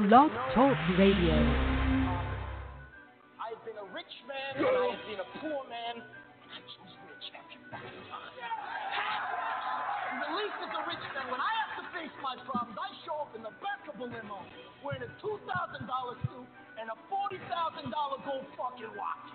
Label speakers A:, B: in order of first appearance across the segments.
A: Blog Talk Radio.
B: I've been a rich man, and I've been a poor man, and I chose rich every fucking time. And the least is a rich man. When I have to face my problems, I show up in the back of a limo wearing a $2,000 suit and a $40,000 gold fucking watch.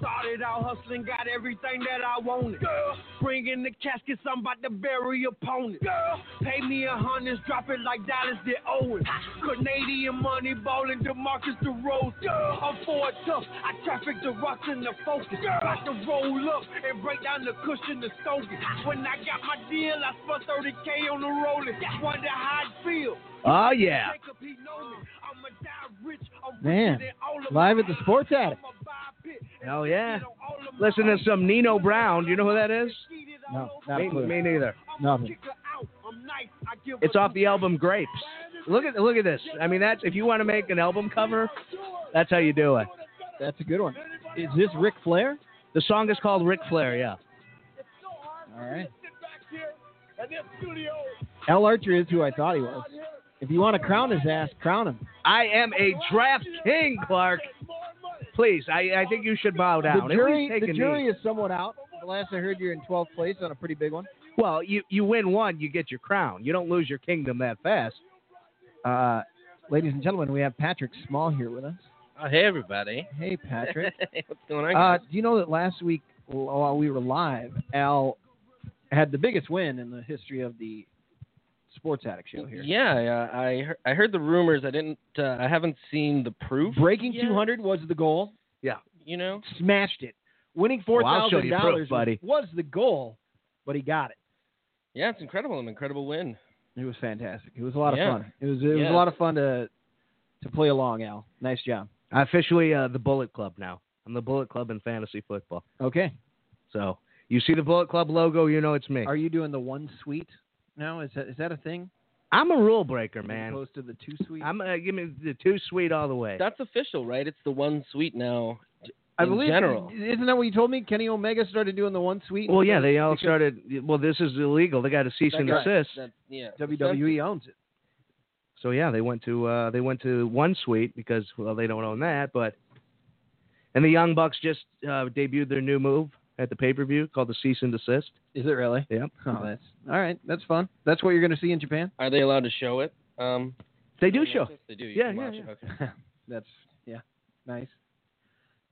C: Started out hustling, got everything that I wanted. Girl. Bring in the casket, I'm about to bury opponent. Girl. Pay me a hundred, drop it like Dallas did Owens. Canadian money balling DeMarcus DeRozan. Girl. I'm for it tough, I traffic the rocks in the focus. Girl. About to roll up and break down the cushion, the stogie. When I got my deal, I spent 30K on the rolling. Wonder how it feel.
D: Oh, yeah.
C: Jacob, he know me. I'ma die rich. I'm richer
D: Man,
C: than all
D: live
C: of my
D: at the
C: peers.
D: Sports Attic.
C: I'ma buy a pit and
D: Hell yeah.
C: sit on all of my
D: Listen to
C: own.
D: some Nino Brown. Do you know who that is?
A: No, not
D: Me,
A: a clue.
D: me neither.
C: I'ma
A: Nothing.
C: kick her out. I'm nice. I give
D: It's
C: her
D: off
C: two
D: the album Grapes. Look at look at this. I mean, that's if you want to make an album cover, that's how you do it.
A: That's a good one. Is this Ric Flair?
D: The song is called Ric Flair. Yeah.
A: All right.
C: sit back here in this studio.
A: Al Archer is who I thought he was. If you want to crown his ass, crown him.
D: I am a draft king, Clark. Please, I, I think you should bow down. At
A: the
D: least
A: jury,
D: take a
A: the
D: knee.
A: jury is somewhat out. The last I heard, you're in 12th place on a pretty big one.
D: Well, you, you win one, you get your crown. You don't lose your kingdom that fast.
A: Uh, ladies and gentlemen, we have Patrick Small here with us.
E: Oh, hey, everybody.
A: Hey, Patrick.
E: What's going on?
A: uh,
E: guys?
A: do you know that last week while we were live, Al had the biggest win in the history of the Sports Addict show here.
E: yeah, yeah, I heard, I heard the rumors. I didn't. Uh, I haven't seen the proof.
A: Breaking
E: yet,
A: 200 was the goal.
E: You know.
A: Smashed it. Winning four
D: Well, I'll show
A: thousand
D: you
A: dollars
D: proof, buddy.
A: was the goal, but he got it.
E: Yeah, it's incredible. An incredible win.
A: It was fantastic. It was a lot of
E: Yeah.
A: fun. It was it was
E: Yeah.
A: a lot of fun to to play along, Al. Nice job.
D: I officially uh, the Bullet Club now. I'm the Bullet Club in fantasy football.
A: Okay.
D: So you see the Bullet Club logo, you know it's me.
A: Are you doing the one suite now? Is that is that a thing?
D: I'm a rule breaker,
A: As
D: man.
A: opposed to the two suite?
D: I'm uh, give me the two sweet all the way.
E: That's official, right? It's the one suite now.
A: I
E: in
A: believe
E: general.
A: isn't that what you told me? Kenny Omega started doing the one suite.
D: Well, yeah, they all
A: Because
D: started. Well, this is illegal. They got a cease
E: That
D: and
E: got-
D: desist.
E: that- yeah.
A: WWE owns it.
D: So yeah, they went to uh, they went to one suite because well they don't own that, but and the Young Bucks just uh, debuted their new move at the pay per view called the cease and desist.
A: Is it really?
D: Yep.
A: Oh, that's all right. That's fun. That's what you're going to see in Japan.
E: Are they allowed to show it? Um,
D: They do
E: on
D: show.
E: Netflix? They do. You
D: Yeah,
E: can
D: yeah,
E: watch
D: yeah.
E: It. Okay.
A: that's yeah, nice.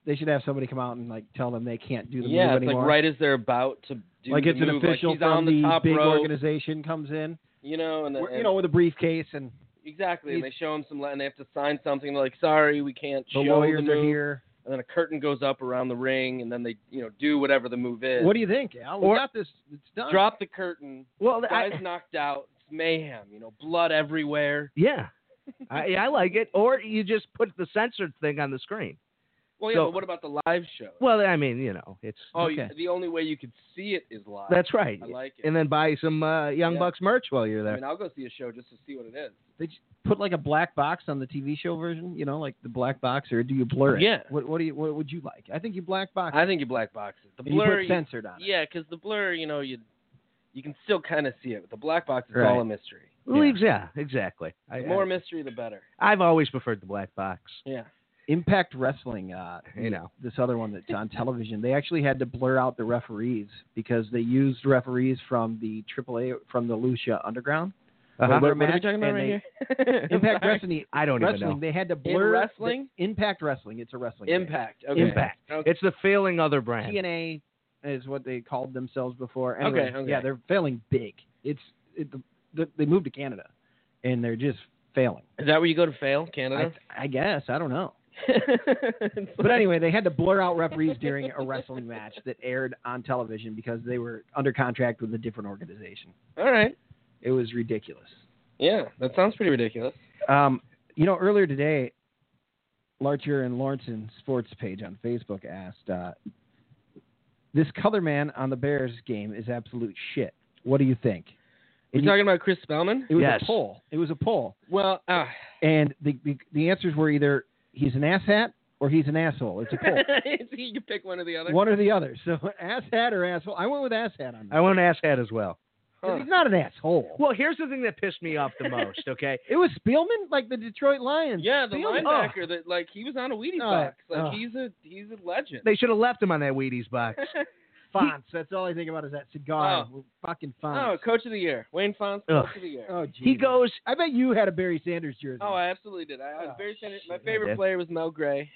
A: They should have somebody come out and like tell them they can't do the
E: yeah,
A: move
E: it's like
A: anymore.
E: right as they're about to do
A: like
E: the
A: it's an
E: move,
A: official
E: like he's
A: from
E: on the,
A: the
E: top Uh,
A: big
E: row,
A: organization comes in,
E: you know, and,
A: w-
E: and
A: you know, with a briefcase
E: uh,
A: and
E: exactly. And they show him some, and they have to sign something. They're like, "Sorry, we can't
A: the
E: show
A: lawyers
E: the
A: are
E: move."
A: here.
E: and then a curtain goes up around the ring, and then they, you know, do whatever the move is.
A: What do you think, Al? We
E: uh, Or-
A: got this. It's done.
E: Drop the curtain.
D: Well,
E: Guys
D: I,
E: knocked out. It's mayhem. You know, blood everywhere.
D: yeah, I, I like it. Or you just put the censored thing on the screen.
E: Well, yeah,
D: So-
E: but what about the live show?
D: Well, I mean, you know, it's
E: oh, you-
A: okay.
E: the only way you could see it is live.
D: that's right.
E: I like it.
D: And then buy some uh, Young
E: Yeah.
D: Bucks merch while you're
E: I
D: there.
E: mean, I'll go see a show just to see what it is.
A: They just put like a black box on the TV show version. You know, like the black box, or do you blur it?
E: Yeah.
A: What What do you What would you like? I think you black box.
E: I think you black box it. The
A: and you
E: blur,
A: put censored on. it.
E: yeah, because the blur, you know, you you can still kind of see it. But the black box is
A: Right.
E: all a mystery.
D: Leaves, yeah, exactly. I,
E: The more mystery, the better.
D: I, I've always preferred the black box.
E: Yeah.
A: Impact Wrestling, uh,
D: You know.
A: this other one that's on television, they actually had to blur out the referees because they used referees from the AAA from the Lucia Underground.
D: Uh-huh.
E: What,
A: Wait,
E: what are we
A: Matt,
E: talking about
A: and
E: right here?
A: they- Impact
E: Sorry.
A: Wrestling,
D: I don't even
A: wrestling
D: know.
A: they had to blur
E: In
A: the-
E: wrestling?
A: Impact Wrestling, it's a wrestling. band.
E: Impact. Okay.
D: Impact.
E: Okay.
D: It's the failing other brand.
A: TNA is what they called themselves before. Anyway,
E: Okay, okay.
A: Yeah, they're failing big. It's it, the, the, they moved to Canada, and they're just failing.
E: Is that where you go to fail, Canada?
A: I, I guess I don't know.
E: It's
A: But
E: like-
A: anyway, they had to blur out referees during a wrestling match that aired on television because they were under contract with a different organization.
E: all right.
A: It was ridiculous.
E: Yeah, that sounds pretty ridiculous.
A: Um, you know, earlier today, Larcher and Lawrence's sports page on Facebook asked, uh, "This color man on the Bears game is absolute shit. What do you think?"
E: You
A: And you-
E: talking about Chris Spellman?
A: it was
D: Yes.
A: a poll. It was a poll,
E: Well, uh,
A: and the the, the answers were either he's an asshat or he's an asshole. It's a poll.
E: you can pick one or the other.
A: One or the other. So asshat or asshole. I went with asshat on that.
D: I want an ass hat as well.
E: Huh.
A: He's not an asshole.
D: Well, here's the thing that pissed me off the most. Okay,
A: it was Spielman, like the Detroit Lions.
E: Yeah, the
A: Spielman.
E: linebacker that like he was on a Wheaties
A: Oh,
E: box. Like
A: oh.
E: he's a he's a legend.
D: they should have left him on that Wheaties box.
A: Fonts. That's all I think about is that cigar. Fucking
E: oh,
A: Fonts.
E: coach of the year, Wayne Fonz,
D: Ugh.
E: coach of the year.
A: Oh, geez.
D: He goes.
A: I bet you had a Barry Sanders jersey.
E: Oh, I absolutely did. I, I was
A: Oh,
E: very tender- My
A: shit.
E: favorite
D: Yeah.
E: player was Mel Gray,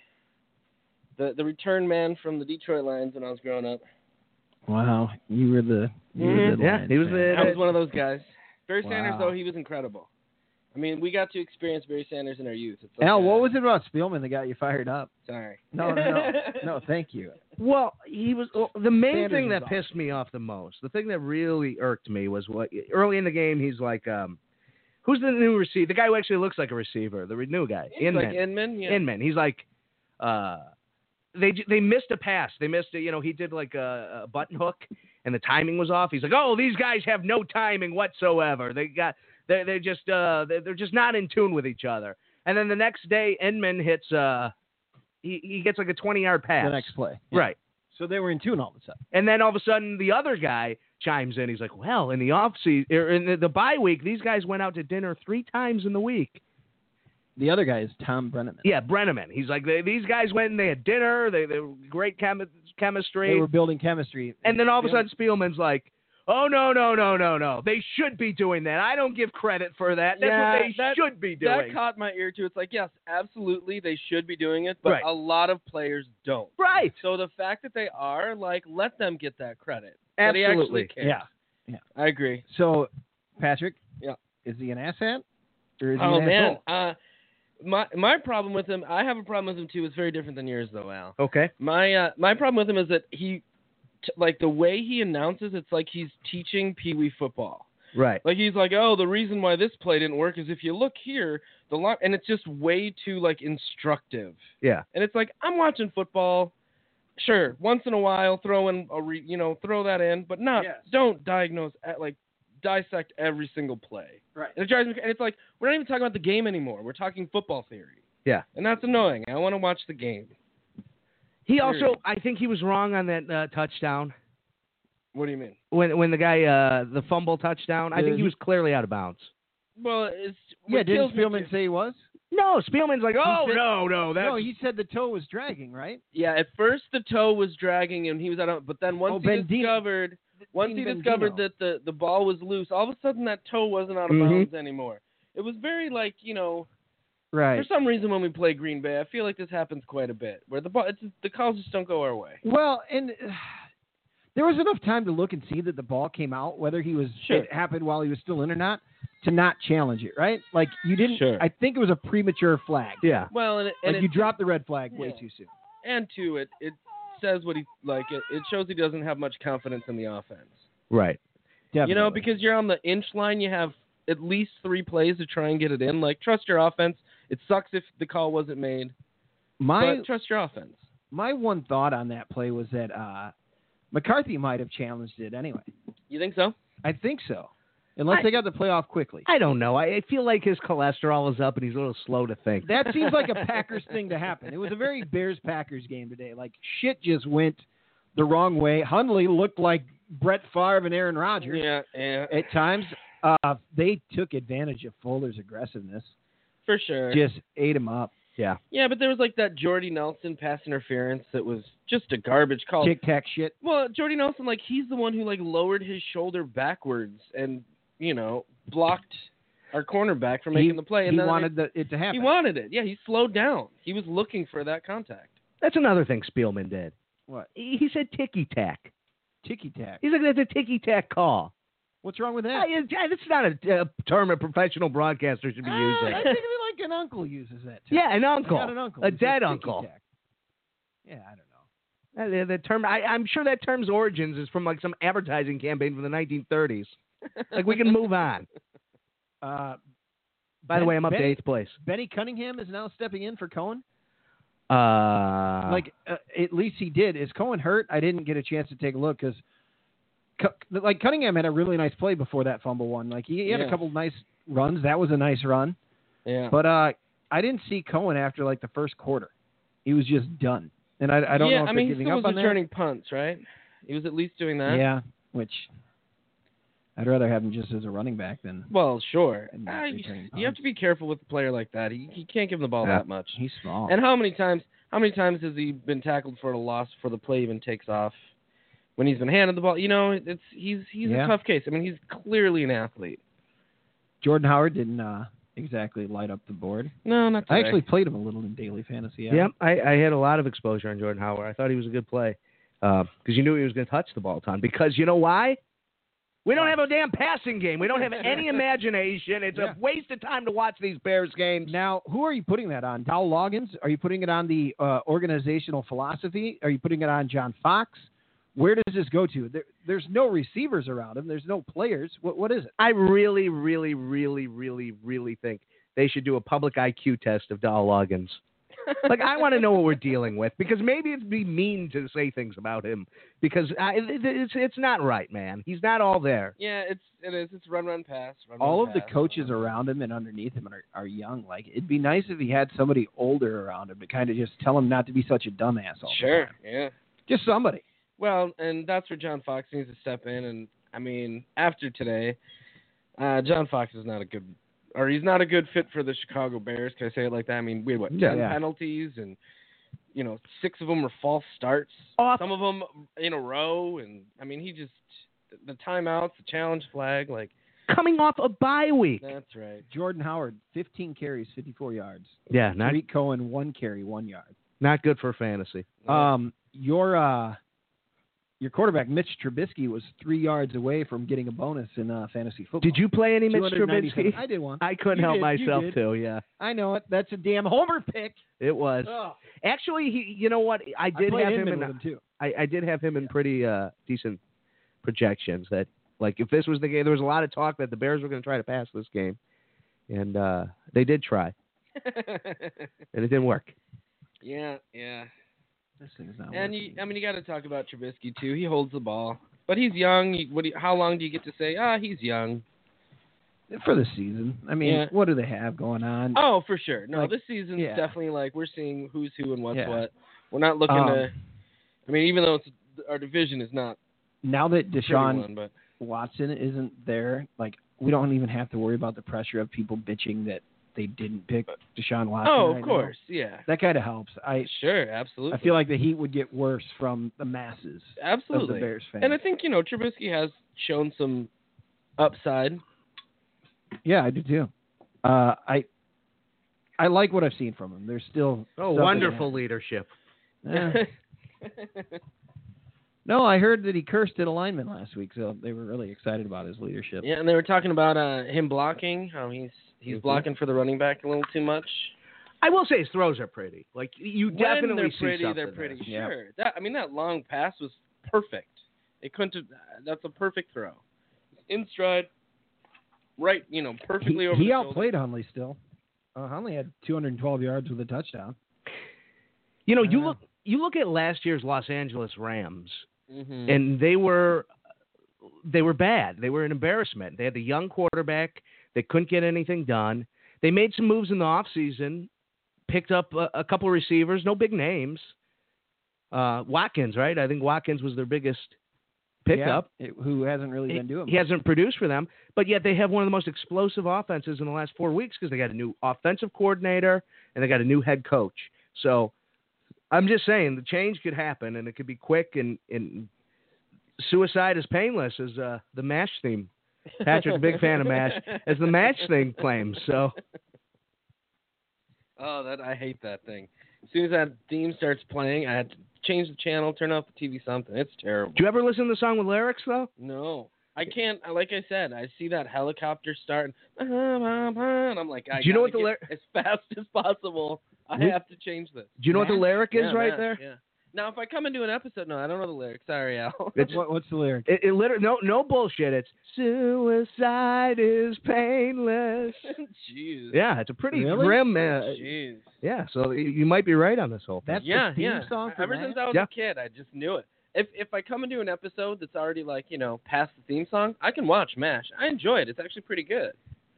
E: the the return man from the Detroit Lions when I was growing up.
A: wow, you were the. You were
E: Mhm.
A: the
D: Yeah,
A: Lions
D: he was
A: fan.
D: the-
E: I was one of those guys. Barry Sanders,
A: Wow.
E: though, he was incredible. I mean, we got to experience Barry Sanders in our youth. It's like
A: Al,
E: a-
A: what was it about Spielman that got you fired up?
E: Sorry.
A: No, no, no, no. Thank you.
D: Well, he was well, the main
A: Sanders
D: thing
A: was
D: that
A: awesome.
D: pissed me off the most. The thing that really irked me was what early in the game he's like, um, "Who's the new receiver? The guy who actually looks like a receiver, the re- new guy, Inman."
E: Like Inman, yeah.
D: Inman. He's like, uh, they j- they missed a pass. They missed it. You know, he did like a, a button hook, and the timing was off. He's like, oh, these guys have no timing whatsoever. They got they they just uh they, they're just not in tune with each other. And then the next day, Inman hits uh he he gets like a twenty yard pass.
A: The next play.
D: Right.
A: So they were in tune all of a sudden.
D: And then all of a sudden, the other guy chimes in. He's like, "Well, in the off season, or in the, the bye week, these guys went out to dinner three times in the week."
A: The other guy is Tom Brenneman.
D: Yeah, Brenneman. He's like, they, these guys went and they had dinner. They, they were great chemi- chemistry.
A: They were building chemistry.
D: and then all of a sudden, Spielman's like, oh, no, no, no, no, no. They should be doing that. I don't give credit for that. That's
E: Yeah,
D: what they
E: that-
D: should be
E: That
D: doing.
E: caught my ear too. It's like, yes, absolutely, they should be doing it, but
D: Right.
E: a lot of players don't.
D: right.
E: So the fact that they are, like, let them get that credit. That he
D: Absolutely.
E: actually cares. I agree.
A: So, Patrick.
E: Yeah.
A: Is he an asshat? Or is he
E: Oh
A: an
E: man,
A: asshole?
E: uh, my my problem with him, I have a problem with him too. It's very different than yours though, Al.
D: Okay.
E: My uh, my problem with him is that he, t- like the way he announces, it's like he's teaching Pee Wee football.
D: Right.
E: Like he's like, oh, the reason why this play didn't work is if you look here, the line, and it's just way too like instructive.
D: Yeah.
E: And it's like I'm watching football. Sure, once in a while, throw in a re, you know throw that in, but not
A: Yes.
E: don't diagnose at like dissect every single play.
A: Right.
E: And it drives me. And it's like we're not even talking about the game anymore. We're talking football theory.
D: Yeah.
E: And that's annoying. I want to watch the game.
D: He
E: Period.
D: also, I think he was wrong on that uh, touchdown.
E: What do you mean?
D: When, when the guy, uh, the fumble touchdown, I think he
A: Yeah.
D: was clearly out of bounds.
E: Well, it's
A: Yeah.
E: what
A: Didn't
E: kills me-
A: Spielman say he was?
D: No, Spielman's like, oh,
A: said-
D: no, no, that's
A: No, he said the toe was dragging, right?
E: Yeah, at first the toe was dragging and he was out of but then once
A: Oh,
E: he
A: Bendino.
E: discovered once he
A: Dean
E: discovered that
A: Bendino.
E: the, the ball was loose, all of a sudden that toe wasn't out of
A: Mm-hmm.
D: Mhm.
E: bounds anymore. It was very like, you know, for
A: Right.
E: some reason when we play Green Bay, I feel like this happens quite a bit where the ball it's, the calls just don't go our way.
A: Well, and uh, there was enough time to look and see that the ball came out, whether he was
E: Sure.
A: it happened while he was still in or not, to not challenge it, right? Like you didn't.
E: Sure.
A: I think it was a premature flag.
D: Yeah.
E: Well, and it, and
A: like
E: it,
A: you dropped the red flag way
E: Yeah.
A: too soon.
E: and two, it it says what he like it, it shows he doesn't have much confidence in the offense.
D: Right.
A: Definitely.
E: You know, because you're on the inch line, you have at least three plays to try and get it in. Like trust your offense. It sucks if the call wasn't made,
A: my
E: but trust your offense.
A: my one thought on that play was that uh, McCarthy might have challenged it anyway.
E: You think so?
A: I think so, unless
D: I-
A: they got the play off quickly.
D: I don't know. I, I feel like his cholesterol is up and he's a little slow to think.
A: that seems like a Packers thing to happen. It was a very Bears Packers game today. Like shit just went the wrong way. Hundley looked like Brett Favre and Aaron Rodgers
E: Yeah, yeah,
A: at times. Uh, they took advantage of Fuller's aggressiveness.
E: for sure.
A: Just ate him up.
E: Yeah, but there was like that Jordy Nelson pass interference that was just a garbage call.
A: Tic tac shit.
E: Well, Jordy Nelson, like he's the one who like lowered his shoulder backwards and you know blocked our cornerback from making
A: he,
E: the play. And
A: He
E: then
A: wanted the, it to
E: it,
A: happen.
E: he wanted it. Yeah, he slowed down. He was looking for that contact.
D: That's another thing Spielman did.
A: what?
D: He he said ticky tack.
A: Ticky tack.
D: He's like, that's a ticky tack call.
A: What's wrong with that?
D: I- I- That's not a, a term a professional broadcaster should be
A: Ah,
D: using.
A: I think of it like an uncle uses that. Term.
D: yeah, an
A: I
D: uncle.
A: got an uncle.
D: A
A: who says
D: dead
A: ticky
D: uncle.
A: tack. Yeah, I don't know.
D: Uh, The, the term, I, I'm sure that term's origins is from like some advertising campaign from the 1930s. Like, we can move on.
A: Uh,
D: By the
A: Ben-
D: way, I'm up to
A: Benny-
D: eighth place.
A: Benny Cunningham is now stepping in for Cohen.
D: Uh,
A: like uh, at least he did. Is Cohen hurt? I didn't get a chance to take a look because, like Cunningham had a really nice play before that fumble one. Like he, he had
E: Yeah.
A: a couple nice runs. That was a nice run.
E: Yeah.
A: But uh, I didn't see Cohen after like the first quarter. He was just done, and I, I don't
E: yeah,
A: know if
E: I mean,
A: they're
E: he
A: giving
E: still
A: up
E: was
A: on that.
E: returning punts, right? He was at least doing that.
A: Yeah, which I'd rather have him just as a running back than
E: Well, sure.
A: And not
E: Ah,
A: returning
E: you, you have to be careful with a player like that. He, he can't give him the ball
A: Yeah.
E: that much.
A: he's small.
E: And how many times? How many times has he been tackled for a loss before the play even takes off? When he's been handed the ball, you know, it's he's he's
A: Yeah.
E: a tough case. I mean, he's clearly an athlete.
A: Jordan Howard didn't uh, exactly light up the board.
E: No, not
A: I
E: today.
A: actually played him a little in daily fantasy. Yeah.
D: Yep, I, I had a lot of exposure on Jordan Howard. I thought he was a good play because you knew he was going to touch the ball a ton. Because you know why? We don't have a damn passing game. We don't have any imagination. It's
A: Yeah.
D: a waste of time to watch these Bears games.
A: Now, who are you putting that on? Dow Loggins? Are you putting it on the uh, organizational philosophy? Are you putting it on John Fox? Where does this go to? There, there's no receivers around him. There's no players. What, what is it?
D: I really, really, really, really, really think they should do a public IQ test of Doll Loggins. like I want to know what we're dealing with because maybe it'd be mean to say things about him because I, it- it's it's not right, man. He's not all there.
E: Yeah, it's it is. It's run, run, pass. Run,
A: All
E: run,
A: of the
E: pass.
A: coaches around him and underneath him are, are young. Like it'd be nice if he had somebody older around him to kind of just tell him not to be such a dumbass. All the
E: Sure.
A: time.
E: Yeah.
A: just somebody.
E: Well, and that's where John Fox needs to step in. And I mean, after today, uh, John Fox is not a good, or he's not a good fit for the Chicago Bears. Can I say it like that? I mean, we had what
A: Yeah.
E: ten
A: Yeah.
E: penalties, and you know, six of them were false starts.
D: Off-
E: Some of them in a row, and I mean, he just the timeouts, the challenge flag, like
D: Coming off a bye week.
E: that's right.
A: Jordan Howard, 15 carries, 54 yards.
D: Yeah, not
A: Tariq Cohen, one carry, one yard.
D: not good for fantasy.
A: Um, your uh, your quarterback Mitch Trubisky was three yards away from getting a bonus in uh, fantasy football.
D: Did you play any Mitch
A: 297.
D: Trubisky?
A: I did one.
D: I couldn't
A: You
D: help
A: did, you
D: myself
A: did.
D: too. Yeah,
A: I know it. That's a damn homer pick.
D: it was
A: Ugh.
D: actually. He, you know what? I
A: I
D: did
A: played
D: have him
A: in
D: in.
A: with him too.
D: I, I did have him in pretty uh, decent projections. That like if this was the game, there was a lot of talk that the Bears were going to try to pass this game, and uh, they did try, and it didn't work.
E: yeah, yeah.
A: This thing's not.
E: And you,
A: working.
E: I mean, you got to talk about Trubisky too. He holds the ball, but he's young. You- What? Do you, how long do you get to say? Ah, he's young.
A: for the season, I mean,
E: um, Yeah.
A: what do they have going on?
E: Oh, for sure. No,
A: Like,
E: this season's
A: yeah.
E: definitely like we're seeing who's who and what's
A: Yeah.
E: what. We're not looking
A: Um,
E: to. I mean, even though it's our division is not
A: now that
E: a pretty
A: Deshaun
E: one, but
A: Watson isn't there, like we don't even have to worry about the pressure of people bitching that they didn't pick Deshaun Watson.
E: oh,
A: right
E: of
A: now.
E: course, yeah,
A: That kind of helps. I
E: sure, absolutely.
A: I feel like the heat would get worse from the masses of the
E: absolutely.
A: Bears fans.
E: and I think you know Trubisky has shown some upside.
A: Yeah, I do too. Uh, I I like what I've seen from him. There's still
D: Oh,
A: something
D: wonderful
A: there.
D: leadership.
A: Yeah. no, I heard that he cursed at alignment last week, so they were really excited about his leadership.
E: yeah, and they were talking about uh, him blocking, how he's he's
A: Mm-hmm.
E: blocking for the running back a little too much.
D: I will say his throws are pretty. Like you
E: when
D: definitely
E: they're
D: see
E: pretty,
D: something
E: they're
D: there.
E: pretty
A: Yeah.
E: sure. That I mean, that long pass was perfect. It couldn't. Have, that's a perfect throw. In stride, right? You know,
A: he,
E: perfectly over.
A: he
E: the shoulder.
A: outplayed Hunley still. Uh, Hunley had 212 yards with a touchdown.
D: You know,
A: I
D: you
A: know.
D: look you look at last year's Los Angeles Rams,
E: Mhm.
D: and they were they were bad. They were an embarrassment. They had the young quarterback. They couldn't get anything done. They made some moves in the offseason, picked up a, a couple of receivers, no big names. Uh, Watkins, right? I think Watkins was their biggest pickup.
A: Yeah, it- who hasn't really
D: He-
A: been doing
D: He hasn't produced for them, but yet they have one of the most explosive offenses in the last four weeks because they got a new offensive coordinator and they got a new head coach. So I'm just saying the change could happen and it could be quick and, and suicide is painless as uh, the MASH theme. Patrick's a big fan of MASH, as the MASH thing claims. So
E: Oh, that I hate that thing. As soon as that theme starts playing, I had to change the channel, turn off the TV, something. It's terrible.
D: do you ever listen to the song with lyrics though?
E: No. I can't. I- Like I said, I see that helicopter starting, and I'm like, I
D: Do you know what
E: gotta
D: the
E: get as fast as possible. I
D: We-
E: have to change this.
D: Do you know what the
A: Mash?
D: lyric is right
E: Mash,
D: there?
E: Yeah. Now, if I come and do an episode, no, I don't know the lyrics. Sorry, Al.
D: It's-
A: What, what's the lyric?
D: It, it literally no no bullshit. It's suicide is painless.
E: Jeez.
D: Yeah, it's a pretty
A: Really?
D: grim. Uh,
E: Jeez.
D: Yeah, so y- you might be right on this whole thing.
A: That's
E: yeah,
A: the theme
E: yeah.
A: song for
E: Ever
A: Mash?
E: since I was
D: Yeah.
E: a kid, I just knew it. If if I come and do an episode that's already like you know past the theme song, I can watch Mash. I enjoy it. It's actually pretty good.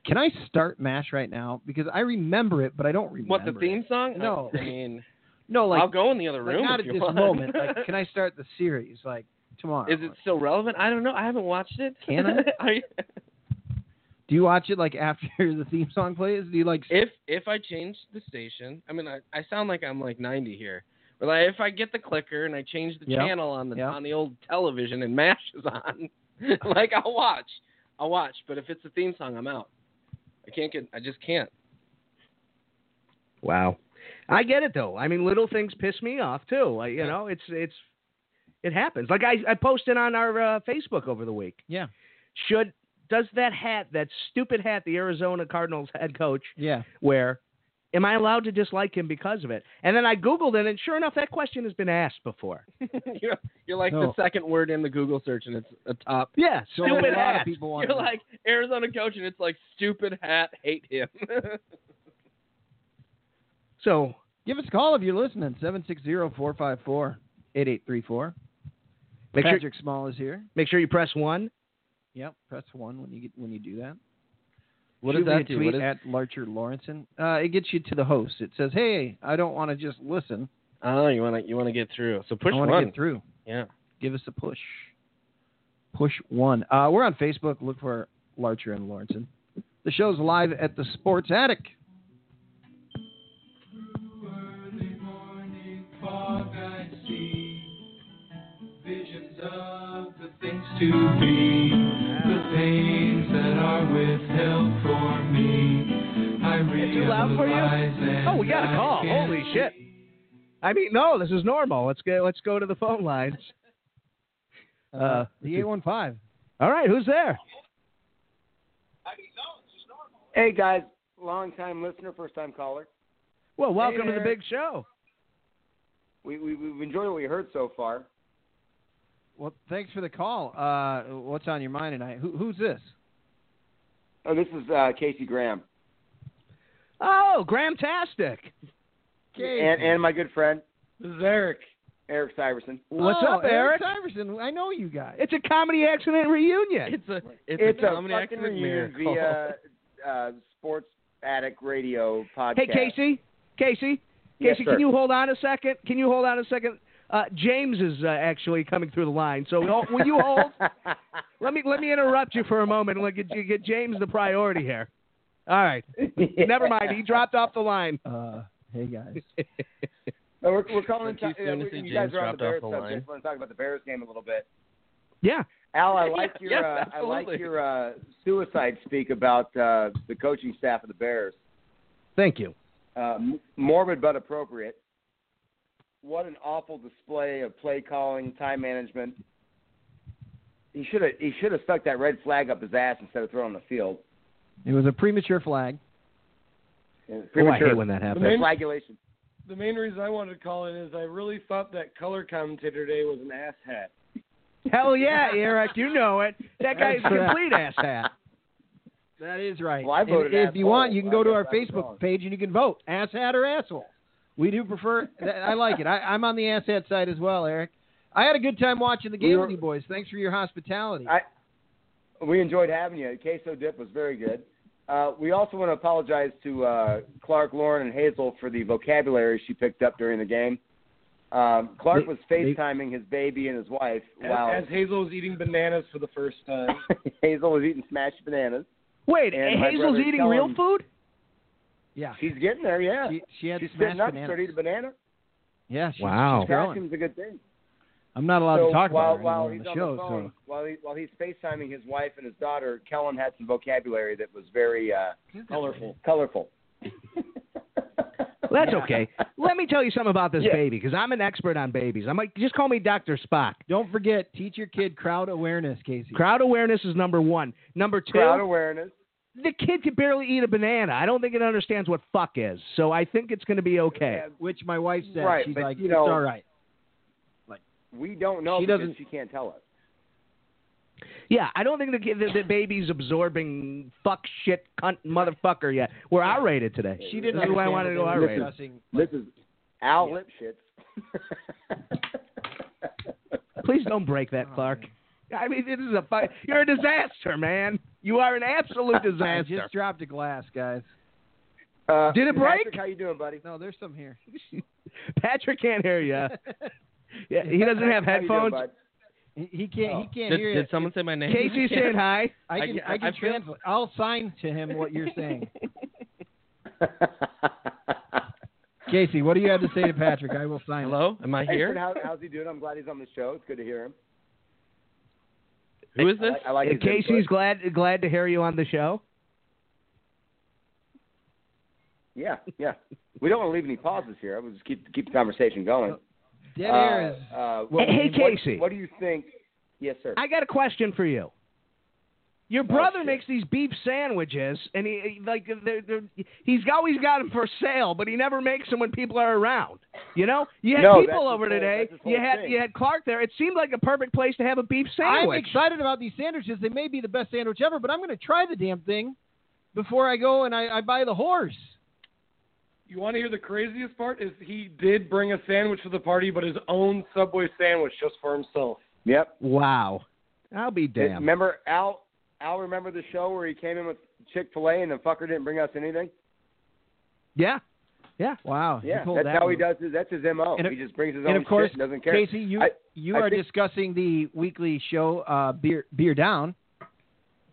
A: Can I start Mash right now because I remember it, but I don't remember
E: What the
A: it.
E: theme song?
A: No.
E: I, I mean,
A: No, like
E: I'll go in the other
A: Like,
E: room
A: not
E: if
A: at
E: you
A: this
E: want.
A: moment. Like, can I start the series? Like, tomorrow.
E: Is it still relevant? I don't know. I haven't watched it.
A: Can I?
E: Are you-
A: Do you watch it like after the theme song plays? Do you like?
E: if if I change the station, I mean, I, I sound like I'm like 90 here. But like, if I get the clicker and I change the
A: Yeah.
E: channel on the
A: Yeah.
E: on the old television and Mash is on, like I'll watch, I'll watch. But if it's the theme song, I'm out. I can't get. I just can't.
D: Wow. I get it though. I mean, little things piss me off too. I, you know, it's it's it happens. Like I, I posted on our uh, Facebook over the week.
A: Yeah.
D: Should does that hat, that stupid hat, the Arizona Cardinals head coach
A: yeah.
D: wear? Am I allowed to dislike him because of it? And then I googled it, and sure enough, that question has been asked before.
E: you're, you're like
A: No.
E: the second word in the Google search, and it's a top.
D: Yeah,
A: So
D: stupid
A: a lot of
D: hat.
A: people want.
E: You're like Arizona coach, and it's like stupid hat, hate him.
D: So
A: Give us a call if you're listening. 760-454-8834.
D: make
A: Patrick
D: sure
A: Small is here.
D: make sure you press one.
A: Yep. Press one when you get when you do that.
E: What
A: Shoot
E: does that
A: me a
E: do?
A: Tweet
E: What is-
A: at Larcher Lawrenson. Uh, it gets you to the host. It says, "Hey, I don't want to just listen.
E: oh, you wanna you wanna get through? So push
A: I want to
E: one.
A: get through.
E: Yeah.
A: Give us a push. Push one. Uh, we're on Facebook. Look for Larcher and Lawrenson. The show's live at the Sports Attic.
D: Is it too loud for you? Oh, we got a call. Holy shit. I mean, no, this is normal. Let's go. Let's go to the phone lines.
A: Uh,
E: Uh-huh.
D: Uh,
A: the A15.
D: All right, who's there?
F: Hey guys, long time listener, first time caller.
D: Well, welcome to the big show.
F: We, we we've enjoyed what we heard so far.
A: Well, thanks for the call. Uh, what's on your mind tonight? Who, who's this?
F: Oh, this is uh, Casey Graham
D: Oh, Gramtastic.
F: and and my good friend
E: This is Eric.
F: Eric Syverson.
D: What's
A: Oh,
D: up, Eric?
A: Syverson. I know you guys.
D: It's a comedy accident reunion.
E: It's a it's,
F: It's
E: a
F: a
E: comedy
F: fucking
E: accident
F: reunion
E: miracle.
F: via uh, Sports Attic Radio podcast.
D: Hey, Casey. Casey.
F: Yes,
D: Casey,
F: sir.
D: can you hold on a second? Can you hold on a second? Uh, James is uh, actually coming through the line, so no, will you hold? let me let me interrupt you for a moment and let get, get James the priority here. All right, never mind. He dropped off the line.
A: Uh, hey guys.
F: No, we're, we're calling.
E: Too
F: To,
E: soon to
F: we-
E: say
F: you guys
E: James
F: are
E: dropped
F: on the
E: off
F: Bears
E: the
F: subject.
E: line.
F: want to talk about the Bears game a little bit.
D: Yeah.
F: Al, I like your
E: Yes,
F: uh, I like
E: absolutely.
F: your uh, suicide speak about uh, the coaching staff of the Bears.
D: Thank you.
F: uh, m- morbid but appropriate. What an awful display of play calling, time management. He should have he should have stuck that red flag up his ass instead of throwing the field.
A: It was a premature flag.
D: Oh, I
F: Premature.
D: hate when that happens.
F: Red flagulation.
G: the main reason I wanted to call in is I really thought that color commentator today was an asshat.
D: Hell yeah, Eric, you know it. That guy is a complete asshat.
A: That is right.
F: Well, I
A: And
F: voted
A: if you
F: asshole.
A: want, you can go
F: I
A: to
F: guess
A: our
F: I was
A: Facebook
F: wrong.
A: page and you can vote ass hat or asshole. We do prefer. I like it. I, I'm on the ass hat side as well, Eric. I had a good time watching the game
F: We were-
A: with you boys. Thanks for your hospitality.
F: I- We enjoyed having you. Queso dip was very good. Uh, we also want to apologize to uh, Clark, Lauren, and Hazel for the vocabulary she picked up during the game. Um, Clark
A: They-
F: was
A: they-
F: FaceTiming his baby and his wife
G: As,
F: while
G: as Hazel was eating bananas for the first time.
F: Hazel was eating smashed bananas.
D: Wait,
F: And my
D: Hazel's
F: brother's
D: eating
F: telling-
D: real food?
A: yeah,
F: She's getting there, yeah.
A: she, she had
F: She's
A: smashed
F: sitting up,
A: bananas.
F: started eating a banana.
A: Yeah, she,
D: Wow.
A: she's growing.
F: Smashing's a good thing.
A: I'm not allowed
F: so
A: to talk
F: while,
A: about her
F: while
A: anymore
F: he's
A: on the
F: on
A: show.
F: the phone, while, he, while he's FaceTiming his wife and his daughter, Kellen had some vocabulary that was very uh, colorful. Colorful.
D: Well, that's okay. Let me tell you something about this
F: Yeah.
D: baby, because I'm an expert on babies. I'm like, just call me Dr. Spock.
A: so don't forget, teach your kid crowd awareness, Casey.
D: Crowd awareness is number one. Number two,
F: Crowd awareness.
D: the kid can barely eat a banana. I don't think it understands what fuck is, so I think it's going to be okay.
A: Which my wife said
F: Right,
A: she's
F: but,
A: like,
F: you know-
A: it's all right.
F: We don't know
A: She
F: because
A: doesn't-
F: she can't tell us.
D: Yeah, I don't think the, kid, the, the baby's absorbing fuck, shit, cunt, motherfucker yet. We're R-rated today.
A: She didn't.
D: That's why I
A: understand
D: wanted to
A: that
D: go
A: they were
D: R-rated.
A: discussing-
F: This is Al Lipschitz.
D: Please don't break that,
A: Oh,
D: Clark. I mean, this is a fi- you're a disaster, man. You are an absolute
A: I
D: disaster.
A: just dropped a glass, guys.
F: uh,
D: Did it
F: Patrick,
D: break?
F: How you doing, buddy?
A: No, there's some here.
D: Patrick can't hear you. Yeah, he doesn't have
F: How you doing,
D: headphones.
F: bud?
A: He, he can't. He can't
E: Oh, Did,
A: hear
E: did
A: it.
E: someone say my name?
D: Casey saying hi.
A: I can. I,
E: I-
A: can
E: I feel-
A: translate. I'll sign to him what you're saying. Casey, what do you have to say to Patrick? I will sign. it.
E: Hello, am I
F: Hey, Fred,
E: here?
F: how, how's he doing? I'm glad he's on the show. It's good to hear him.
E: Who is this?
F: I like, I like his
D: Casey's
F: input.
D: glad glad to hear you on the show.
F: Yeah, yeah. We don't want to leave any pauses here. We'll just keep keep the conversation going.
A: Oh, Dead
F: Uh,
A: air is.
F: uh,
D: Hey, hey,
F: what-
D: Casey.
F: What do you think? Yes, sir.
D: I got a question for you. Your brother
F: Oh, shit.
D: makes these beef sandwiches, and he like they're, they're, he's always got them for sale, but he never makes them when people are around. You know, you had
F: No, that's
D: people
F: his
D: over
F: whole-
D: today.
F: that's his
D: You
F: whole
D: had
F: thing.
D: you had Clark there. It seemed like a perfect place to have a beef
A: I'm
D: sandwich.
A: excited about these sandwiches. They may be the best sandwich ever, but I'm going to try the damn thing before I go and I, I buy the horse.
G: You want to hear the craziest part? Is he did bring a sandwich to the party, but his own Subway sandwich just for himself.
F: Yep.
D: Wow, I'll be damned.
F: Remember Al? Al, remember the show where he came in with Chick Fil A and the fucker didn't bring us anything?
D: Yeah,
A: Wow. you
F: Yeah,
A: Oh, pulled
F: that's
A: that
F: how
A: one.
F: he does his. That's his mo.
A: And
F: he
A: of-
F: just brings his
A: and
F: own
A: of course,
F: shit and doesn't care.
A: Casey, you
F: I-
A: you
F: I
A: are
F: think-
A: discussing the weekly show uh, beer beer down.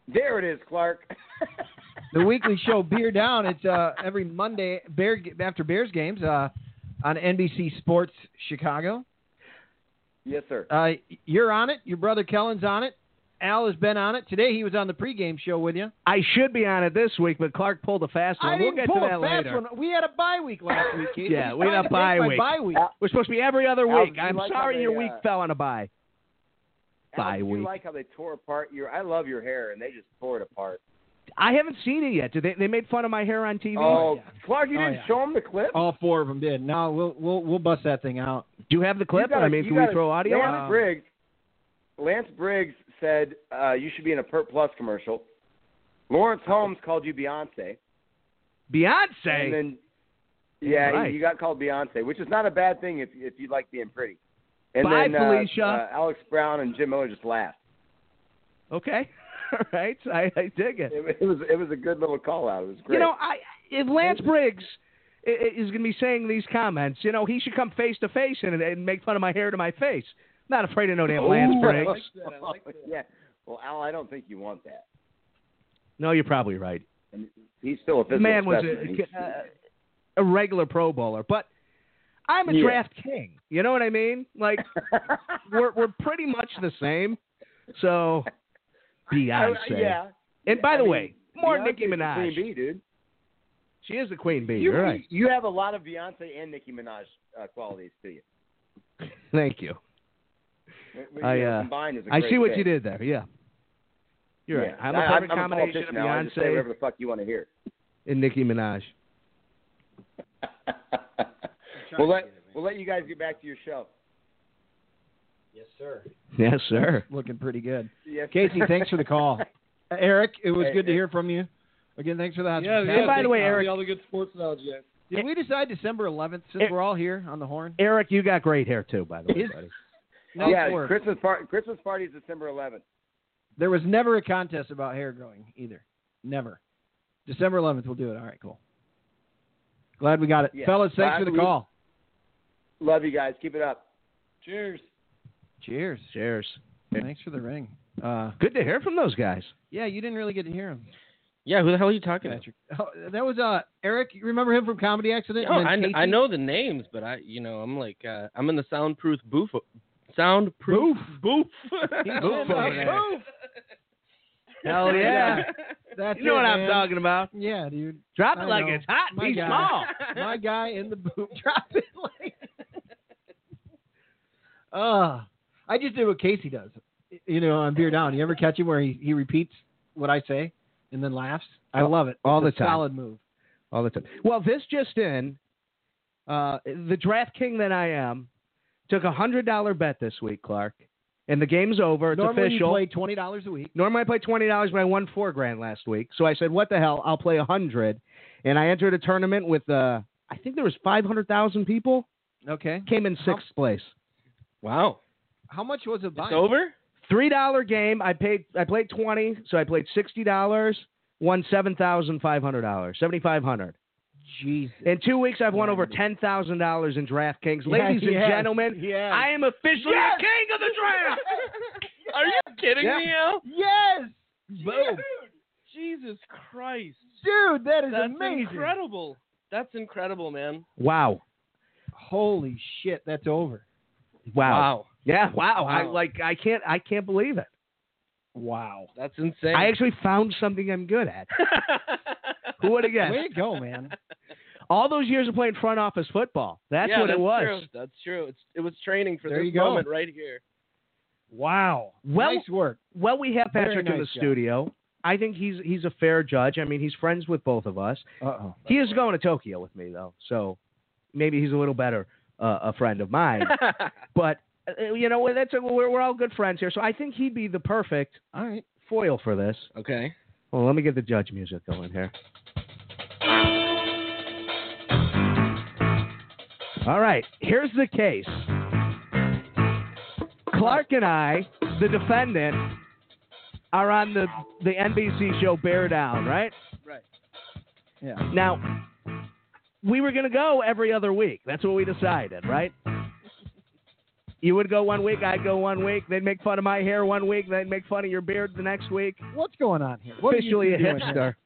F: there it is, Clark.
A: The weekly show beer down. It's uh, every Monday bear after Bears games uh, on NBC Sports Chicago.
F: yes, sir.
A: Uh, you're on it. Your brother Kellen's on it. Al has been on it today. He was on the pregame show with you.
D: I should be on it this week, but Clark pulled a fast one.
A: I
D: we'll
A: didn't
D: get
A: pull
D: to that
A: a fast
D: later.
A: one. We had a bye week last week. Casey.
D: Yeah,
A: I'm
D: we had a
A: trying to
D: bye
A: make
D: week.
A: My bye week.
F: Al-
D: We're supposed to be every other
F: Al,
D: week.
F: do you
D: I'm
F: like how
D: sorry
F: they,
D: your week
F: uh,
D: fell on a bye.
F: Al,
D: bye
F: do
D: week.
F: You like how they tore apart your? I love your hair, and they just tore it apart.
D: I haven't seen it yet. Did they, they made fun of my hair on TV?
F: Oh,
A: yeah.
F: Clark, you
A: Oh,
F: didn't
A: yeah.
F: show him the clip.
A: All four of them did. No, we'll we'll we'll bust that thing out.
D: Do you have the
F: You
D: clip?
F: gotta-
D: I mean,
F: you
D: can
F: gotta-
D: we throw audio?
F: Lance
D: on?
F: Briggs. Lance Briggs said uh, you should be in a Pert Plus commercial. Lawrence Holmes called you Beyonce, and
D: Beyonce.
F: then yeah,
D: right.
F: you got called Beyonce, which is not a bad thing if if you like being pretty. And
D: Bye,
F: then uh,
D: Felicia.
F: uh, Alex Brown and Jim Miller just laughed.
D: Okay. All right. I, I dig it.
F: It, it was it was a good little call out. It was great.
D: You know, I if Lance Briggs i- i- is going to be saying these comments, you know, he should come face to face and and make fun of my hair to my face. Not afraid of no damn Lance Briggs.
G: that, I like that.
F: yeah. Well, Al, I don't think you want that.
D: No, you're probably right.
F: And he's still a
D: The
F: physical
D: man was
F: specimen.
D: a,
F: He's-
D: a, a regular Pro Bowler, but I'm a
F: Yeah.
D: draft king. You know what I mean? Like we're we're pretty much the same. So Beyonce.
F: I- yeah.
D: And by
F: I
D: the
F: mean,
D: way, more
F: Beyonce's
D: Nicki
F: the
D: Minaj.
F: Queen bee, dude.
D: She is the queen bee.
F: You,
D: You're right.
F: you have a lot of Beyonce and Nicki Minaj uh, qualities to you.
D: Thank you.
F: When- when
D: I,
F: you
D: uh,
F: combined is a
D: I
F: great
D: see what
F: thing.
D: you did there. Yeah. You're
F: Yeah.
D: right. I'm
F: I-
D: a perfect
F: I'm a
D: combination of
F: politician now. I just say
D: Beyonce
F: whatever the fuck you want to hear.
D: and Nicki Minaj.
F: we'll let we'll let you guys get back to your show.
D: Yes, sir.
A: Looking pretty good.
F: Yes.
A: Casey, thanks for the call. Uh, Eric, it was
F: Hey,
A: good to
F: hey.
A: hear from you. Again, thanks for the
G: Yeah,
A: hospitality.
G: yeah.
D: And by the way,
G: thanks for
D: Eric-
G: all the good sports knowledge, you guys.
A: Did we decide December 11th since
D: Eric-
A: we're all here on the horn?
D: Eric, you got great hair too, by the way,
A: Is-
D: buddy.
A: No
F: yeah,
A: work.
F: Christmas party. Christmas party is December 11th.
A: There was never a contest about hair growing either. Never. December 11th, we'll do it. All right, cool. Glad we got it.
F: Yeah.
A: Fellas, thanks
F: Glad
A: for the
F: we-
A: call.
F: Love you guys. Keep it up.
G: Cheers.
A: Cheers.
D: Cheers.
A: Thanks for the ring. Uh,
D: Good to hear from those guys.
A: yeah, you didn't really get to hear him,
E: Yeah, who the hell are you talking
A: Patrick. Oh, that was uh, Eric. You remember him from Comedy Accident?
E: about?
A: And
E: No, I,
A: then
E: I
A: Casey?
E: know the names, but I, you know, I'm like, uh, I'm in the soundproof booth, soundproof booth.
A: Boof over there.
E: Booth.
D: Hell yeah.
A: That's
D: you know
A: it,
D: what I'm
A: man.
D: talking about.
A: Yeah, dude.
D: Drop
A: I
D: it like
A: know.
D: it's hot.
A: My
D: Be
A: God.
D: small.
A: My guy in the boot drop it like. uh, I just did what Casey does. You know, on Beer Down. You ever catch him where he, he repeats what I say and then laughs? I love it.
D: all
A: It's
D: the
A: a
D: time.
A: Solid move.
D: all the time. Well, this just in, uh, the draft king that I am took a hundred dollar bet this week, Clark, and the game's over. It's
A: Normally
D: official.
A: you play twenty dollars a week.
D: Normally I play twenty dollars, but I won four grand last week. So I said, "What the hell? I'll play a hundred. And I entered a tournament with, uh, I think there was five hundred thousand people.
A: Okay.
D: Came in
A: How-
D: sixth place.
E: Wow,
A: How much was it?
E: it's over.
D: Three dollar game. I paid. I played twenty, so I played sixty dollars. Won seven thousand five hundred dollars. Seventy five hundred.
A: Jesus.
D: In two weeks, I've won over ten thousand dollars in DraftKings.
A: Yeah,
D: Ladies
A: he
D: and
A: has.
D: gentlemen,
A: He has.
D: I am officially
B: Yes!
D: the king of the draft.
E: Are you kidding me, Al?
B: Yes,
E: Boom. Jesus Christ.
A: Dude, that is
E: That's
A: amazing.
E: incredible. That's incredible, man.
D: Wow!
A: Holy shit, that's over.
D: Wow! Yeah! Wow! I
A: Wow.
D: like I can't I can't believe it.
A: Wow.
E: That's insane.
D: I actually found something I'm good at. Who would have guessed?
A: Way to go, man.
D: All those years of playing front office football. That's
E: yeah,
D: what
E: that's
D: it was.
E: True. That's true. It's, it was training for
A: There you
E: this
A: go.
E: moment right here.
A: Wow.
D: Well-
A: nice work.
D: Well, we have
A: Very
D: Patrick in the
A: nice job.
D: studio. I think he's he's a fair judge. I mean, he's friends with both of us.
A: Uh oh.
D: He is going to Tokyo with me though, so maybe he's a little better uh, a friend of mine. but uh, you know, that's a, we're we're all good friends here, so I think he'd be the perfect
A: All right.
D: foil for this.
E: okay.
D: Well, let me get the judge music going here. All right, here's the case. Clark and I, the defendant, are on the, the NBC show Bear Down, right?
E: Right.
A: Yeah.
D: Now, we were going to go every other week. That's what we decided, right? You would go one week, I'd go one week. They'd make fun of my hair one week, they'd make fun of your beard the next week.
A: What's going on here? What are
D: Officially
A: you
D: a
A: two doing
D: hipster.
A: here?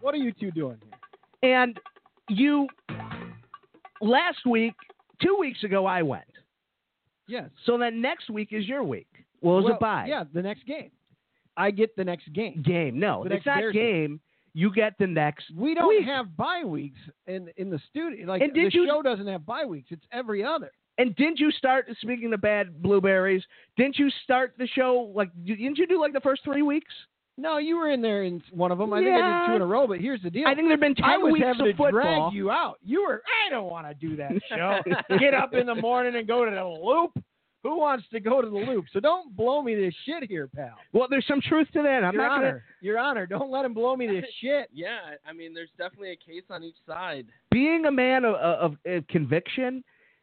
A: What are you two doing here?
D: And you, last week, two weeks ago, I went.
A: Yes.
D: So then next week is your week. Well, it's
A: well,
D: a bye.
A: Yeah, the next game. I get the next game.
D: Game. No,
A: The
D: it's
A: next
D: not
A: Bears
D: game. You get the next.
A: We don't
D: Week.
A: have bye weeks in in the studio. Like
D: And did
A: the
D: you-
A: show doesn't have bye weeks. It's every other.
D: And didn't you start, speaking of bad blueberries, didn't you start the show, like, didn't you do like the first three weeks?
A: No, you were in there in one of them. I think I
D: Yeah.
A: did two in a row. But here's the deal.
D: I think there have been 10
A: I was
D: weeks
A: having
D: of
A: to
D: football.
A: drag you out. You were. I don't want to do that show. Get up in the morning and go to the loop. Who wants to go to the loop? So don't blow me this shit here, pal.
D: Well, there's some truth to that. I'm
A: Your
D: not
A: Honor,
D: gonna,
A: Your Honor, don't let him blow me this shit.
E: Yeah, I mean, there's definitely a case on each side.
D: being a man of, of, of conviction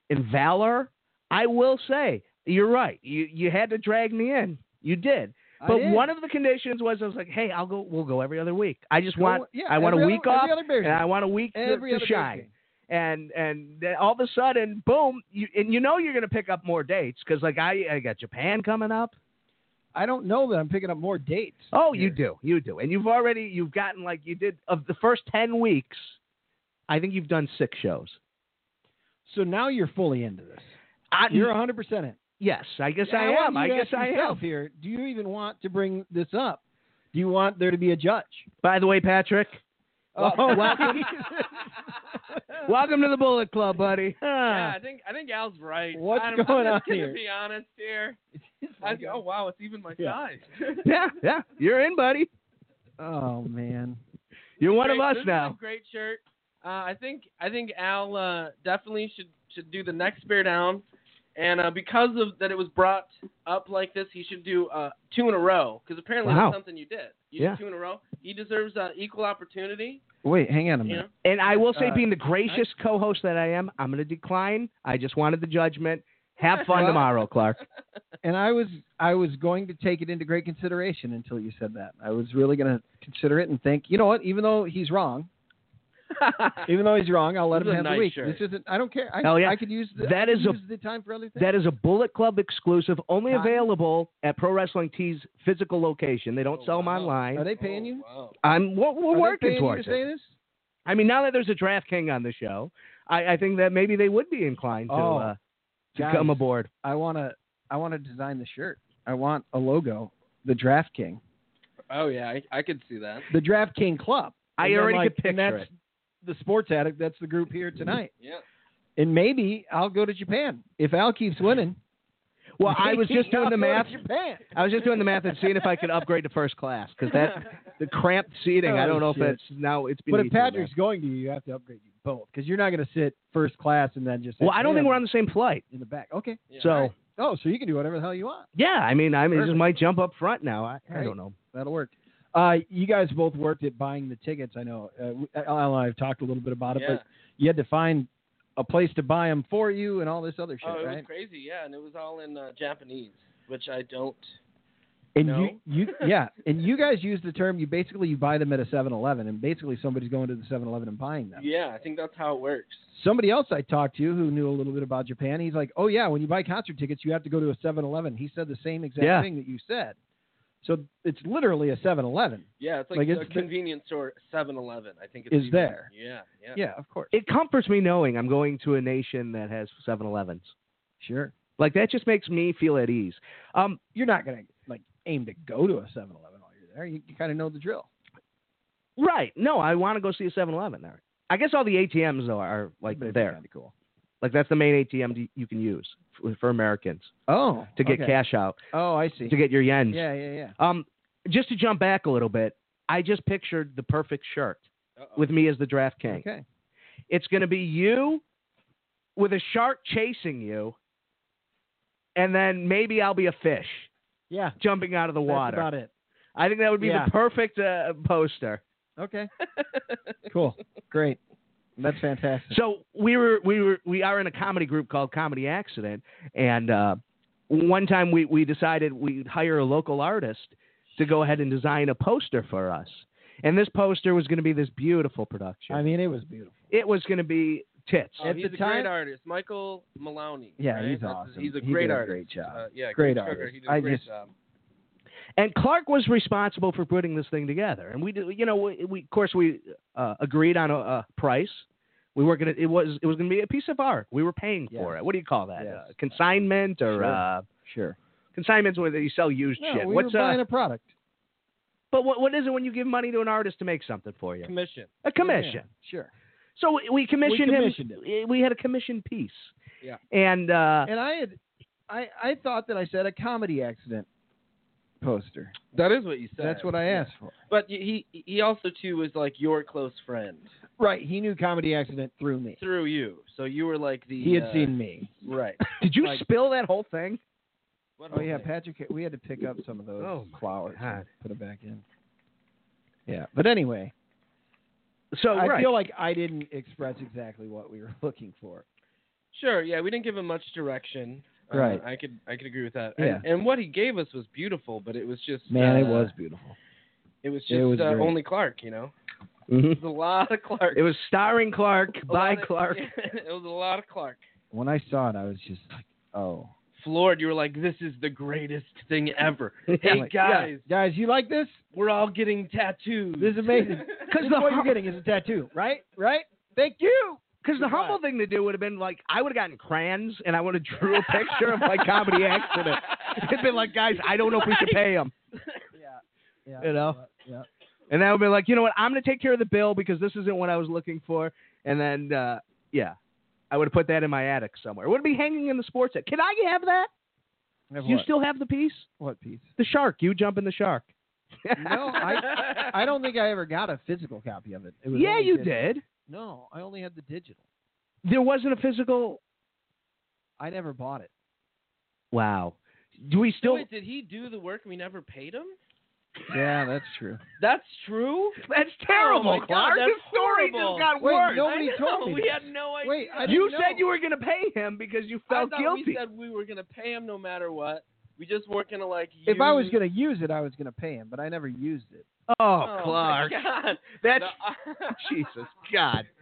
D: and valor, I will say you're right. You you had to drag me in. You did.
A: I
D: But
A: did.
D: one of the conditions was I was like, hey, I'll go. We'll go every other week. I just
A: Go-
D: want.
A: yeah,
D: I want a
A: every
D: week
A: other-
D: off,
A: every other Bears
D: and I
A: game.
D: want a week to-
A: every
D: to,
A: other Bears
D: shine.
A: game.
D: And and then all of a sudden, boom! You and you know you're gonna pick up more dates because like I I got Japan coming up.
A: I don't know that I'm picking up more dates.
D: Oh, you
A: here.
D: do, you do, and you've already you've gotten like you did of the first ten weeks. I think you've done six shows.
A: So now you're fully into this.
D: I,
A: You're 100 percent in.
D: Yes, I guess I,
A: want
D: am.
A: you
D: I
A: to
D: guess
A: ask
D: I
A: yourself
D: am.
A: Here, do you even want to bring this up? Do you want there to be a judge?
D: By the way, Patrick, Oh, welcome. welcome to the Bullet Club, buddy.
E: Yeah,
D: Huh.
E: I think I think Al's right.
A: What's
E: I'm,
A: going
E: I'm
A: on
E: just gonna
A: here?
E: Be honest here. I,
A: Jesus.
E: oh wow, it's even my
A: Yeah.
E: size.
D: yeah, yeah, you're in, buddy.
A: oh man.
D: You're one of
E: Great-
D: us
E: this is a
D: now.
E: great shirt. Uh, I think I think Al uh, definitely should should do the next bear down, and uh, because of that, it was brought up like this. He should do uh, two in a row because apparently
D: Wow.
E: that's something you did. You
D: Yeah.
E: did two in a row. He deserves uh, equal opportunity.
A: Wait, hang on a
E: You
A: minute.
E: know?
D: And I will say,
A: Uh,
D: being the gracious co-host that I am, I'm going to decline. I just wanted the judgment. Have fun
A: Well-
D: tomorrow, Clark.
A: And I was I was going to take it into great consideration until you said that. I was really going to consider it and think, you know what? Even though he's wrong, even though he's wrong, I'll let
E: This is
A: him
E: a
A: have
E: nice
A: the week.
E: shirt.
A: This isn't. I don't care. I,
D: Hell yeah.
A: I could use the, I
D: That
A: could
D: is a-
A: use the time for other things.
D: That is a Bullet Club exclusive, only
A: Time.
D: available at Pro Wrestling Tee's physical location. They don't
E: Oh,
D: sell them
E: wow.
A: Are
D: online.
A: they paying you?
E: Oh, Wow.
D: I'm we're, we're
A: Are they
D: working
A: paying you
D: towards
A: to say
D: it.
A: this?
D: I mean, now that there's a draft king on the show, I, I think that maybe they would be inclined to
A: Oh,
D: uh, to
A: guys.
D: come aboard.
A: I want to I want to design the shirt. I want a logo, the Draft King,
E: Oh yeah, I, I could see that.
A: the Draft King Club.
D: I
A: And then,
D: already
A: like,
D: could
A: and
D: picture
A: that's
D: it.
A: The Sports Addict. That's the group here tonight.
E: Mm-hmm. Yeah.
A: And maybe I'll go to Japan if Al keeps winning.
D: Well, I was
A: maybe
D: just doing
A: I'll
D: the
A: go to
D: math.
A: Japan.
D: I was just doing the math and seeing if I could upgrade to first class because that the cramped seating. I
A: Oh,
D: don't know if
A: shit.
D: it's now it's been.
A: But if Patrick's going to you, you have to upgrade you both because you're not going to sit first class and then just.
D: well,
A: sit
D: I don't think
A: him
D: we're on the same flight.
A: in the back. Okay.
E: yeah.
D: So
A: Oh, so you can do whatever the hell you want.
D: yeah, I mean, I mean, it just
A: Perfect.
D: might jump up front now. I, I
A: Right.
D: don't know.
A: That'll work. Uh, you guys both worked at buying the tickets. I know. Uh, we- Al and I have talked a little bit about it,
E: yeah. Oh,
A: but you had to find a place to buy them for you and all this other shit,
E: oh, it was
A: right?
E: crazy. Yeah, and it was all in uh, Japanese, which I don't
A: And
E: No.
A: you, you, yeah, and you guys use the term. You basically you buy them at a 7-Eleven, and basically somebody's going to the 7-Eleven and buying them.
E: Yeah, I think that's how it works.
A: Somebody else I talked to who knew a little bit about Japan, he's like, "Oh yeah, when you buy concert tickets, you have to go to a 7-Eleven." He said the same exact
D: Yeah.
A: thing that you said. So it's literally a 7-Eleven.
E: Yeah, it's like,
A: Like,
E: a
A: it's the-
E: convenience store, 7-Eleven. I think it's
A: Is
E: even-
A: there.
E: Yeah, yeah.
A: Yeah, of course.
D: It comforts me knowing I'm going to a nation that has 7-Elevens.
A: Sure.
D: Like that just makes me feel at ease. Um,
A: You're not gonna like aim to go to a 7-Eleven while you're there. You, you kind of know the drill.
D: right? No, I want to go see a 7-Eleven there. I guess all the ATMs though are like
A: But it's
D: there.
A: kinda cool.
D: Like that's the main ATM d- you can use for, for Americans
A: Oh,
D: to get
A: okay.
D: cash out,
A: Oh, I see.
D: to get your yens.
A: yeah, yeah, yeah.
D: Um, just to jump back a little bit, I just pictured the perfect shirt with me as the draft king.
A: Okay.
D: It's going to be you with a shark chasing you, and then maybe I'll be a fish
A: Yeah.
D: jumping out of the water.
A: That's about it.
D: I think that would be
A: Yeah.
D: the perfect uh, poster.
A: Okay. cool. Great. That's fantastic.
D: So we were we were we are in a comedy group called Comedy Accident, and uh, one time we we decided we'd hire a local artist to go ahead and design a poster for us, and this poster was going to be this beautiful production.
A: I mean, it was beautiful.
D: it was going to be tits.
E: Oh,
A: At
E: he's
A: the
E: a
A: time-
E: great artist, Michael Maloney.
A: Yeah,
E: right?
A: he's
E: That's-
A: awesome.
E: He's a
A: He
E: great
A: did a
E: artist.
A: great job.
E: Uh, yeah,
A: Great
E: Chris Tucker,
A: artist.
E: He did a
A: I
E: great
A: just-
E: job.
D: And Clark was responsible for putting this thing together. And we did, you know, we, we of course we uh, agreed on a, a price. We were gonna. It was it was gonna be a piece of art. We were paying for
A: Yes.
D: it. What do you call that?
A: Yes.
D: Uh, consignment or
A: Sure.
D: uh,
A: Sure.
D: consignments where you sell used
A: No,
D: shit.
A: we
D: What's
A: were buying
D: uh,
A: a product.
D: But what what is it when you give money to an artist to make something for you?
E: Commission.
D: A commission.
A: Yeah, sure.
D: So we- we commissioned,
A: commissioned
D: him. eh, We had a commission piece.
E: Yeah.
D: And uh,
A: And I had, I, I thought that I said a comedy accident poster.
E: That is what you said.
A: That's what I
E: Yeah.
A: asked for.
E: But he he- he also too was like your close friend
A: Right. He knew comedy accident through me.
E: through you, so you were like the.
A: He had
E: uh,
A: seen me.
E: Right.
D: did you
E: like-
D: spill that whole thing?
E: What
A: Oh yeah,
E: whole thing?
A: Patrick. We had to pick up some of those
D: Oh, my
A: flowers and
D: God.
A: put them back in. Yeah, but anyway,
D: So
A: I
D: right.
A: feel like I didn't express exactly what we were looking for.
E: Sure. Yeah, we didn't give him much direction. Uh,
A: Right.
E: I could I could agree with that.
A: Yeah.
E: And, and what he gave us was beautiful, but it was just
A: Man, it
E: uh,
A: was beautiful.
E: it was just
A: it was
E: uh,
A: great.
E: only Clark, you know. It was a lot of Clark.
D: It was starring Clark
E: A
D: by
E: lot of-
D: Clark.
E: it was a lot of Clark.
A: When I saw it, I was just like, oh.
E: Floored, you were like, "This is the greatest thing ever."
A: I'm
E: Hey
A: like,
E: guys,
A: yeah, guys, you like this?
E: we're all getting tattoos.
A: This is amazing. Because
D: the
A: what
D: hu-
A: you're getting is a tattoo, right? Right? Thank you.
D: Because the humble thing to do would have been like I would have gotten crayons and I would have drew a picture of my comedy accident. It'd been like, guys, I don't know if we should pay him.
A: Yeah,
D: You know?
A: yeah.
D: And that would be like, you know what? I'm going to take care of the bill because this isn't what I was looking for. And then, uh, yeah, I would have put that in my attic somewhere. It would be hanging in the sports attic. Can I have that?
A: Have
D: You
A: what?
D: still have the piece?
A: what piece?
D: The shark. You jump in the shark.
A: No, I I don't think I ever got a physical copy of it. it was
D: yeah,
A: only
D: you
A: digital.
D: did.
A: No, I only had the digital.
D: There wasn't a physical.
A: I never bought it.
D: Wow. Do we
E: So
D: still?
E: Wait, did he do the work and we never paid him?
A: Yeah, that's true.
E: That's true.
D: That's
E: Oh my
D: terrible,
E: God,
D: Clark.
E: that's
D: This story just
E: horrible.
D: got
A: Wait,
D: worse.
A: no- Nobody
E: I know,
A: told me
E: We
A: this.
E: had no idea.
A: Wait, I
D: you
A: didn't
D: said
A: know.
D: you were going to pay him because you
E: I
D: felt
E: thought
D: guilty.
E: we said we were gonna pay him no matter what. We just weren't gonna like.
A: If I was
E: use-
A: gonna use it, I was gonna pay him, but I never used it.
D: oh,
E: Oh,
D: Clark.
E: My God.
D: That's
E: No,
D: Jesus God.
E: it's-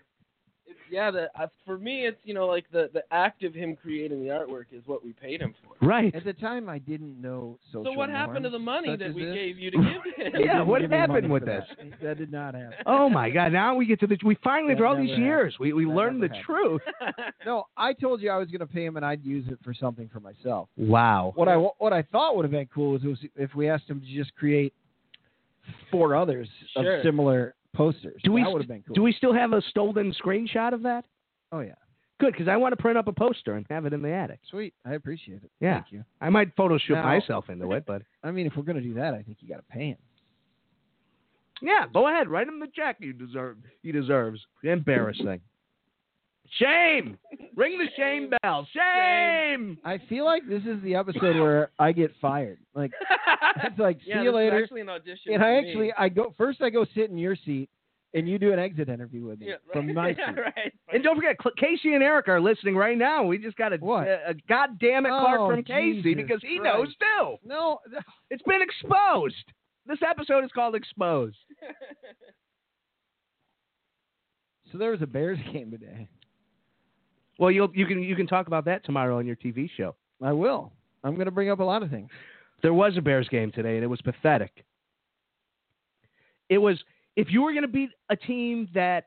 E: yeah, the, uh, for me, it's you know like the the act of him creating the artwork is what we paid him for.
D: Right.
A: At the time, I didn't know social.
E: So what happened to the money
A: such
E: that
A: as
E: we
A: this?
E: gave you to give him?
A: They
D: Yeah,
A: didn't
D: what
A: give me money
D: happened with
A: for That. that did not happen.
D: Oh my God! Now we get to the we finally
A: That
D: after all
A: never
D: these years we we
A: That
D: learned the
A: never happened.
D: truth.
A: No, I told you I was gonna pay him, and I'd use it for something for myself.
D: Wow.
A: What I what I thought would have been cool was, was if we asked him to just create four others
E: Sure.
A: of similar posters.
D: Do we
A: that would have
D: st-
A: been cool.
D: Do we still have a stolen screenshot of that?
A: oh yeah,
D: Good, because I want to print up a poster and have it in the attic.
A: sweet. I appreciate it.
D: Yeah.
A: Thank you.
D: I might Photoshop
A: Now-
D: myself into it, but
A: I mean, if we're gonna do that, I think you gotta pay him.
D: yeah, go ahead, write him the check you deserve. He deserves. Embarrassing. Shame. Ring the shame bell. Shame.
A: I feel like this is the episode where I get fired. Like it's like
E: yeah,
A: see
E: this
A: you
E: is
A: later.
E: actually an audition.
A: And
E: for
A: I
E: me.
A: actually I go first I go sit in your seat and you do an exit interview with me
E: Yeah, right.
A: from my
E: yeah,
A: seat.
E: right.
D: And don't forget, Cl- Casey and Eric are listening right now. We just got a,
A: What?
D: a, a goddamn it Clark
A: Oh,
D: from Casey
A: Jesus
D: because he
A: Christ.
D: knows too.
A: No,
D: It's been exposed. This episode is called Exposed.
A: so there was a Bears game today.
D: Well, you'll you can you can talk about that tomorrow on your TV show.
A: I will. I'm going to bring up a lot of things.
D: There was a Bears game today, and it was pathetic. It was if you were going to beat a team that,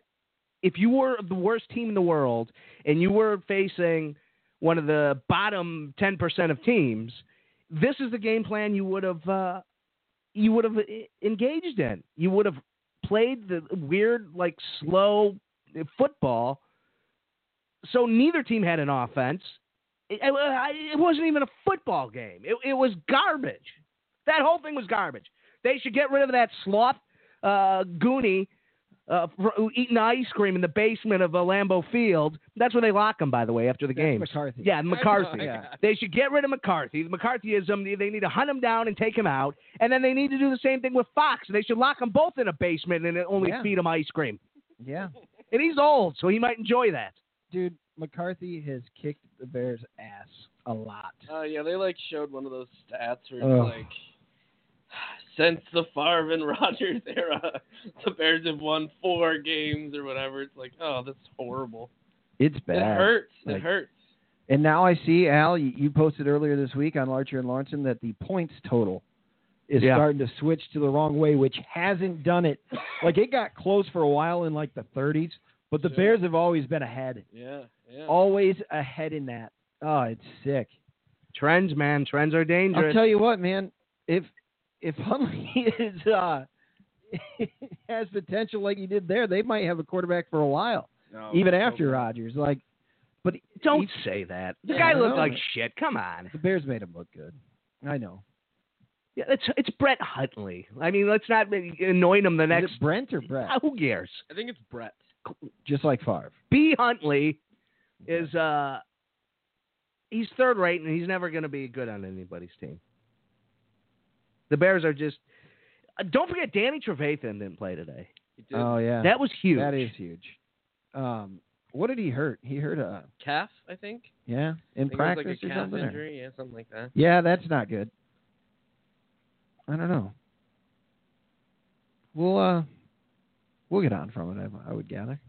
D: if you were the worst team in the world, and you were facing one of the bottom ten percent of teams, this is the game plan you would have uh, you would have e- engaged in. You would have played the weird, like slow football. So neither team had an offense. It, it- I- it wasn't even a football game. It, it was garbage. That whole thing was garbage. They should get rid of that sloth uh, goonie uh, fr- who eating ice cream in the basement of a Lambeau Field. That's where they lock him, by the way, after the
A: That's
D: game.
A: McCarthy.
D: Yeah, McCarthy.
E: I
A: yeah.
D: They should get rid of McCarthy. The McCarthyism, they- they need to hunt him down and take him out. And then they need to do the same thing with Fox. They should lock them both in a basement and only
A: Yeah.
D: feed him ice cream.
A: Yeah.
D: And he's old, so he might enjoy that.
A: Dude, McCarthy has kicked the Bears' ass a lot.
E: Oh yeah, they like showed one of those stats where it's
A: Ugh.
E: like since the Favre and Rogers era, the Bears have won four games or whatever. It's like, oh, that's horrible.
A: It's bad.
E: It hurts.
A: Like-
E: it hurts.
A: And now I see, Al, you, you posted earlier this week on Larcher and Lawrenson that the points total is
D: Yeah.
A: starting to switch to the wrong way, which hasn't done it. Like it got close for a while in like the 30s, but the
E: Sure.
A: Bears have always been ahead,
E: Yeah, yeah.
A: always ahead in that. Oh, it's sick.
D: Trends, man. Trends are
A: I'll
D: dangerous.
A: tell you what, man. If if Huntley is uh, has potential like he did there, they might have a quarterback for a while, even after Rodgers. Like
D: Don't say that. The
A: Yeah,
D: guy
A: I
D: looked
A: know.
D: like shit. Come on.
A: the Bears made him look good. I know.
D: Yeah, it's, it's Brett Huntley. I mean, let's not anoint him the
A: Is
D: next. Ah, Oh.
A: it Brent or Brett?
D: Who cares?
E: I think it's Brett.
A: Just like Favre.
D: B. Huntley is uh he's third rate and he's never going to be good on anybody's team. The Bears are just. uh, Don't forget, Danny Trevathan didn't play today.
E: He did
A: Oh yeah,
D: That was huge.
A: That is huge. Um, what did he hurt? He hurt a
E: calf, I think.
A: yeah in
E: I think
A: practice
E: it was like a
A: or
E: calf
A: something. or-
E: injury, yeah, something like that.
A: Yeah, that's not good. I don't know. We'll uh, we'll get on from it. I, I would gather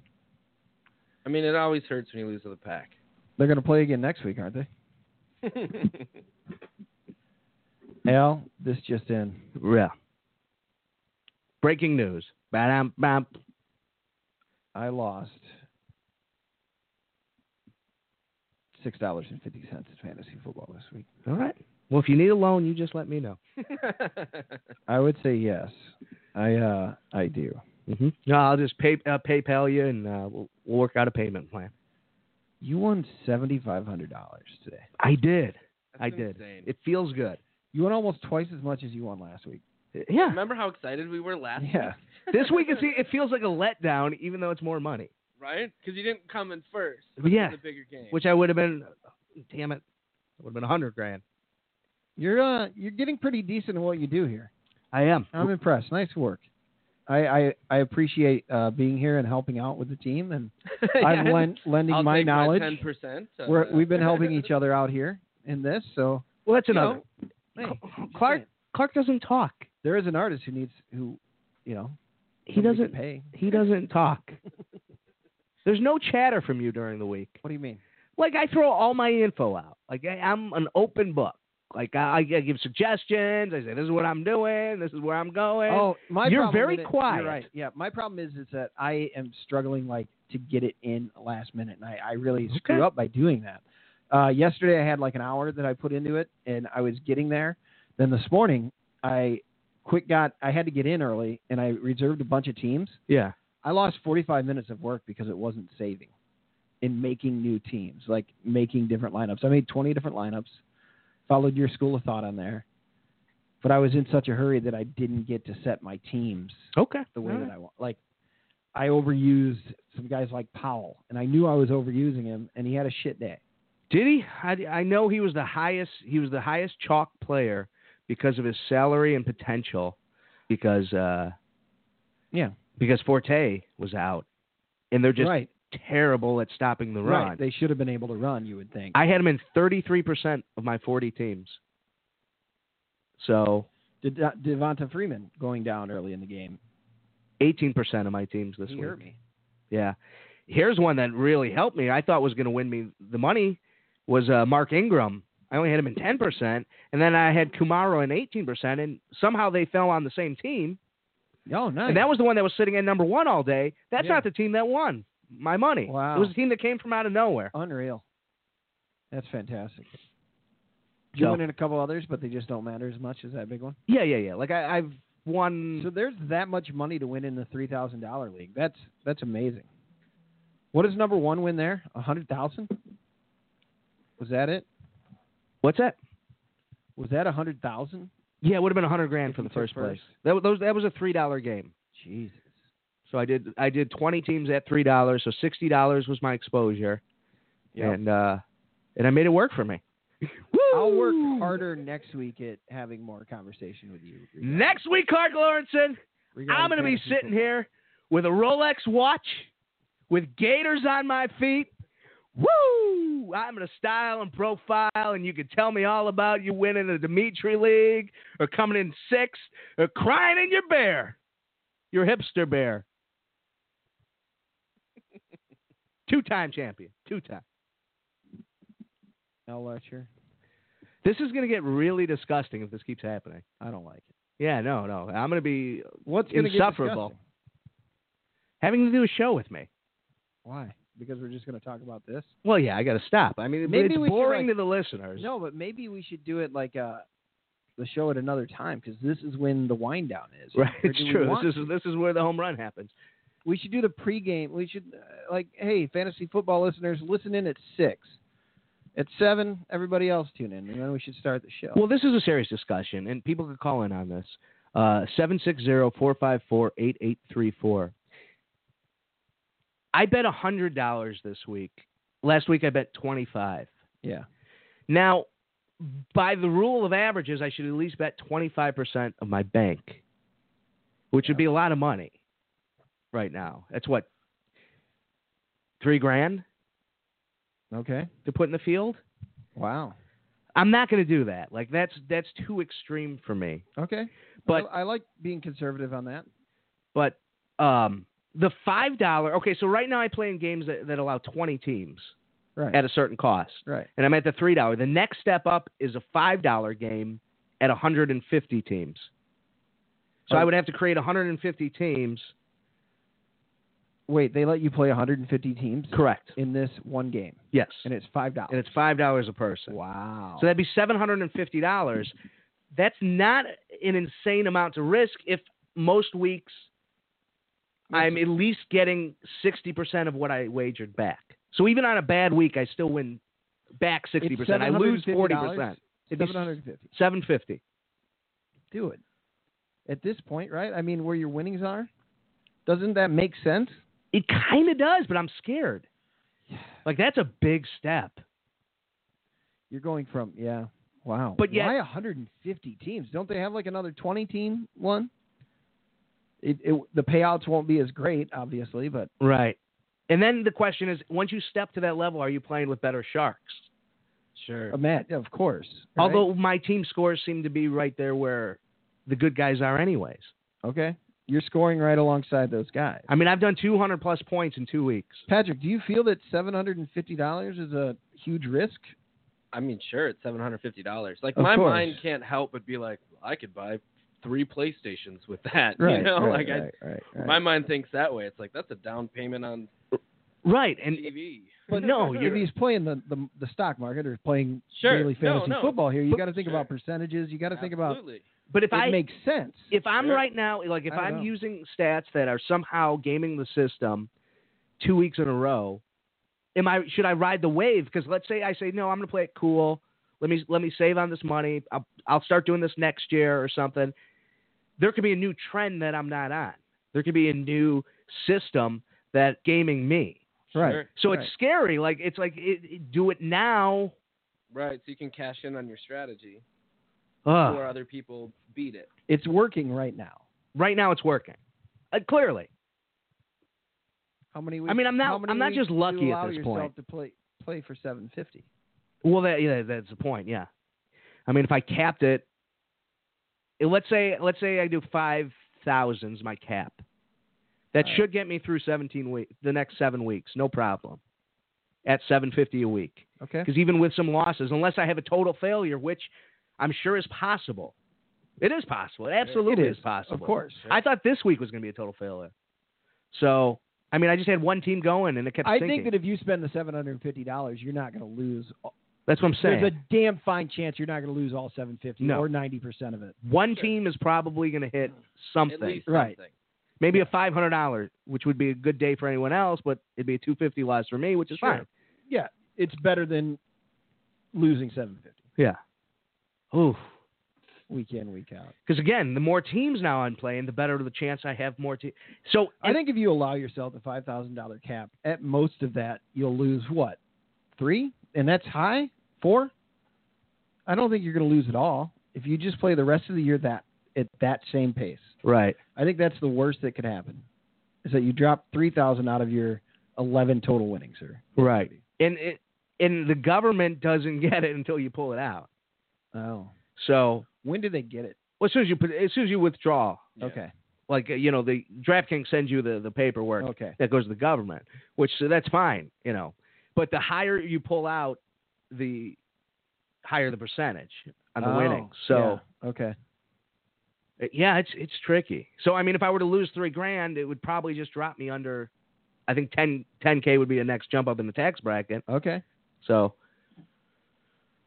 E: I mean, it always hurts when you lose to the pack.
A: they're going to play again next week, aren't they? Al, this just in.
D: Yeah. Breaking news. Bam, bam.
A: I lost six dollars and fifty cents in fantasy football this week.
D: All right. Well, if you need a loan, you just let me know.
A: I would say yes. I uh, I do.
D: Mm-hmm. No, I'll just pay uh, PayPal you, and uh, we'll, we'll work out a payment plan.
A: You won seventy five hundred dollars today.
D: I did.
E: That's
D: I did.
E: insane.
D: It feels good.
A: You won almost twice as much as you won last week.
D: Yeah.
E: Remember how excited we were last
A: Yeah.
E: week?
D: this week it's, it feels like a letdown, even though it's more money,
E: right? Because you didn't come in first.
D: But
E: which was
D: yeah.
E: a bigger game.
D: which I would have been. Damn it, it would have been a hundred grand.
A: You're uh you're getting pretty decent at what you do here.
D: I am.
A: I'm impressed. Nice work. I I, I appreciate uh, being here and helping out with the team, and I'm
E: Yeah.
A: len- lending
E: I'll
A: my
E: take
A: knowledge.
E: Ten percent.
A: We're, we've been helping each other out here in this, so
D: well, that's
A: you
D: another.
A: know, hey, just
D: Clark
A: saying.
D: Clark doesn't talk.
A: There is an artist who needs who, you know,
D: He
A: somebody to
D: doesn't.
A: pay.
D: He doesn't talk. There's no chatter from you during the week.
A: What do you mean?
D: Like I throw all my info out. Like I, I'm an open book. Like I, I give suggestions. I say this is what I'm doing. This is where I'm going.
A: Oh, my
D: You're
A: problem
D: very
A: with it-
D: quiet.
A: You're right. Yeah, my problem is is that I am struggling like to get it in last minute, and I, I really
D: Okay.
A: screw up by doing that. Uh, yesterday I had like an hour that I put into it, and I was getting there. Then this morning I quick got I had to get in early, and I reserved a bunch of teams.
D: yeah.
A: I lost 45 minutes of work because it wasn't saving in making new teams, like making different lineups. I made 20 different lineups, followed your school of thought on there, but I was in such a hurry that I didn't get to set my teams
D: Okay.
A: the way
D: All
A: that
D: right.
A: I want. Like, I overused some guys like Powell, and I knew I was overusing him, and he had a shit day.
D: Did he? I, I know he was the highest. He was the highest chalk player because of his salary and potential. Because uh,
A: Yeah.
D: because Forte was out, and they're just
A: right,
D: terrible at stopping the run.
A: right. They should have been able to run, you would think.
D: I had them in 33% of my 40 teams. So
A: Did Devonta Freeman going down early in the game?
D: 18% of my teams this
A: he
D: week.
A: hurt me.
D: Yeah. Here's one that really helped me. I thought was going to win me the money was uh, Mark Ingram. I only had him in 10%, and then I had Kumaro in 18%, and somehow they fell on the same team.
A: Oh, nice.
D: And that was the one that was sitting at number one all day. That's
A: Yeah.
D: not the team that won my money.
A: Wow.
D: It was a team that came from out of nowhere.
A: unreal. That's fantastic. You
D: So,
A: win in a couple others, but they just don't matter as much as that big one.
D: yeah, yeah, yeah. Like, I, I've won.
A: So there's that much money to win in the three thousand dollar league. That's that's amazing. What is number one win there? A hundred thousand? Was that it?
D: what's that?
A: Was that a hundred thousand?
D: Yeah, it would have been a hundred grand
A: If
D: for
A: you
D: the
A: took
D: first, place.
A: first.
D: That, wa- those, that was a three dollar game.
A: Jesus.
D: So I did I did twenty teams at three dollars. So sixty dollars was my exposure,
A: Yeah.
D: and uh, and I made it work for me.
A: I'll work
D: Woo!
A: harder next week at having more conversation with you. regarding-
D: Next week, Clark Lawrenson,
A: regarding
D: I'm going to be
A: fantasy
D: sitting
A: football.
D: here with a Rolex watch, with gators on my feet. Woo! I'm going to style and profile, and you can tell me all about you winning the Dimitri League, or coming in sixth, or crying in your bear, your hipster bear. Two time champion. Two time.
A: Al Archer.
D: This is going to get really disgusting if this keeps happening.
A: I don't like it.
D: Yeah, no, no. I'm going to be
A: What's gonna get
D: Insufferable.
A: disgusting?
D: having to do a show with me.
A: Why? Because we're just going to talk about this.
D: Well, yeah, I got to stop. I mean,
A: Maybe
D: it's
A: we should,
D: boring to
A: like-
D: the listeners.
A: No, but maybe we should do it like uh, the show at another time because this is when the wind down is.
D: right?
A: Or
D: It's
A: do we
D: true.
A: want
D: This is this is where the home run happens.
A: we should do the pregame. We should uh, like, hey, fantasy football listeners, listen in at six. At seven, everybody else tune in, and then we should start the show.
D: Well, this is a serious discussion, and people could call in on this. Uh, Seven six zero four five four eight eight three four. I bet a hundred dollars this week. Last week I bet twenty five.
A: yeah,
D: Now, by the rule of averages, I should at least bet 25% of my bank, which would be a lot of money right now. That's what, three grand
A: okay,
D: to put in the field?
A: wow,
D: I'm not going to do that. Like, that's, that's too extreme for me.
A: okay.
D: But-
A: I, I like being conservative on that.
D: But um, the $5, okay, so right now I play in games that, that allow 20 teams
A: Right,
D: at a certain cost.
A: right.
D: and I'm at the three dollar. The next step up is a five dollar game at 150 teams. So
A: Oh.
D: I would have to create 150 teams.
A: Wait, they let you play 150 teams
D: Correct.
A: in this one game,
D: Yes.
A: and it's five dollars.
D: And it's five dollars a person.
A: wow.
D: So that'd be 750 dollars. That's not an insane amount to risk if most weeks I'm at least getting 60% of what I wagered back. So even on a bad week, I still win back 60%.
A: It's
D: I lose 40%.
A: $750?
D: It'd be
A: Seven hundred and fifty.
D: 750.
A: do it. At this point, right? I mean, where your winnings are, doesn't that make sense?
D: It kind of does, but I'm scared. Like that's a big step.
A: You're going from yeah, wow.
D: But yet-
A: why 150 teams? Don't they have like another 20 team one? It, it the payouts won't be as great, obviously, but
D: Right. And then the question is, once you step to that level, are you playing with better sharks?
E: Sure.
A: uh, Matt, of course. right?
D: Although my team scores seem to be right there where the good guys are, anyways.
A: okay, you're scoring right alongside those guys.
D: I mean, I've done 200 plus points in two weeks.
A: Patrick, do you feel that $750 is a huge risk?
E: I mean, sure, it's seven hundred fifty dollars. Like
A: Of
E: my
A: course.
E: mind can't help but be like, I could buy three PlayStations with that. you know, like
A: right,
E: I,
A: right, right, right.
E: my mind thinks that way. It's like that's a down payment on
D: Right. And
E: TV.
A: But
D: no,
A: if
D: you
A: he's playing the, the the stock market or playing
E: Sure.
A: daily
E: No,
A: fantasy
E: no.
A: football here, you
E: But-
A: got to think
E: Sure.
A: about percentages. You got to think about
E: Absolutely.
D: but if
A: it
D: I
A: makes sense.
D: if I'm
E: Sure.
D: right now, like if
A: I don't
D: I'm
A: know.
D: using stats that are somehow gaming the system two weeks in a row, am I should I ride the wave? Because let's say I say no, I'm going to play it cool. Let me let me save on this money. I'll, I'll start doing this next year or something. There could be a new trend that I'm not on. There could be a new system that gaming me.
A: right.
E: Sure.
D: So
A: Right.
D: it's scary. Like it's like it, it- do it now.
E: Right. So you can cash in on your strategy
D: Ugh.
E: before other people beat it.
A: It's working right now.
D: Right now, it's working. Uh, clearly,
A: How many weeks?
D: I mean, I'm
A: how
D: not.
A: many
D: I'm not
A: weeks
D: just
A: do you
D: lucky
A: allow
D: at this
A: yourself
D: point.
A: To play play for 750.
D: Well, that yeah, that's the point. Yeah, I mean, if I capped it, eh, let's say let's say I do five thousands my cap. That
A: All right.
D: should get me through seventeen week the next seven weeks, no problem. At seven fifty a week,
A: Okay.
D: because even with some losses, unless I have a total failure, which I'm sure is possible. It is possible. It absolutely
A: It is,
D: possible.
A: Of course.
D: I thought this week was going to be a total failure. So, I mean, I just had one team going and it kept
A: I
D: sinking.
A: think that if you spend the seven hundred and fifty dollars, you're not going to lose.
D: That's what I'm saying.
A: There's a damn fine chance you're not going to lose all seven fifty
D: No.
A: or ninety percent of it.
D: one team is probably going to hit something.
E: At least
A: Right.
E: something.
D: Maybe a five hundred dollar, which would be a good day for anyone else, but it'd be a two fifty loss for me, which is
A: Sure.
D: fine.
A: Yeah, it's better than losing seven fifty
D: Yeah. Oof.
A: week in week out.
D: Because again, the more teams now I'm playing, the better the chance I have more teams. So
A: I think if you allow yourself the five thousand dollar cap, at most of that you'll lose what three, and that's high four. I don't think you're going to lose at all if you just play the rest of the year that at that same pace.
D: right.
A: I think that's the worst that could happen, is that you drop three thousand out of your eleven total winnings here.
D: Right. And it, and the government doesn't get it until you pull it out.
A: Oh,
D: So
A: when do they get it?
D: well, as soon as you put, as soon as you withdraw,
A: Okay,
D: like uh, you know, the DraftKings sends you the the paperwork.
A: okay,
D: that goes to the government, which so that's fine, you know. But the higher you pull out, the higher the percentage on the
A: Oh,
D: winnings. So
A: yeah, okay,
D: uh, yeah, it's it's tricky. So I mean, if I were to lose three grand, it would probably just drop me under. I think 10 k would be the next jump up in the tax bracket.
A: okay.
D: So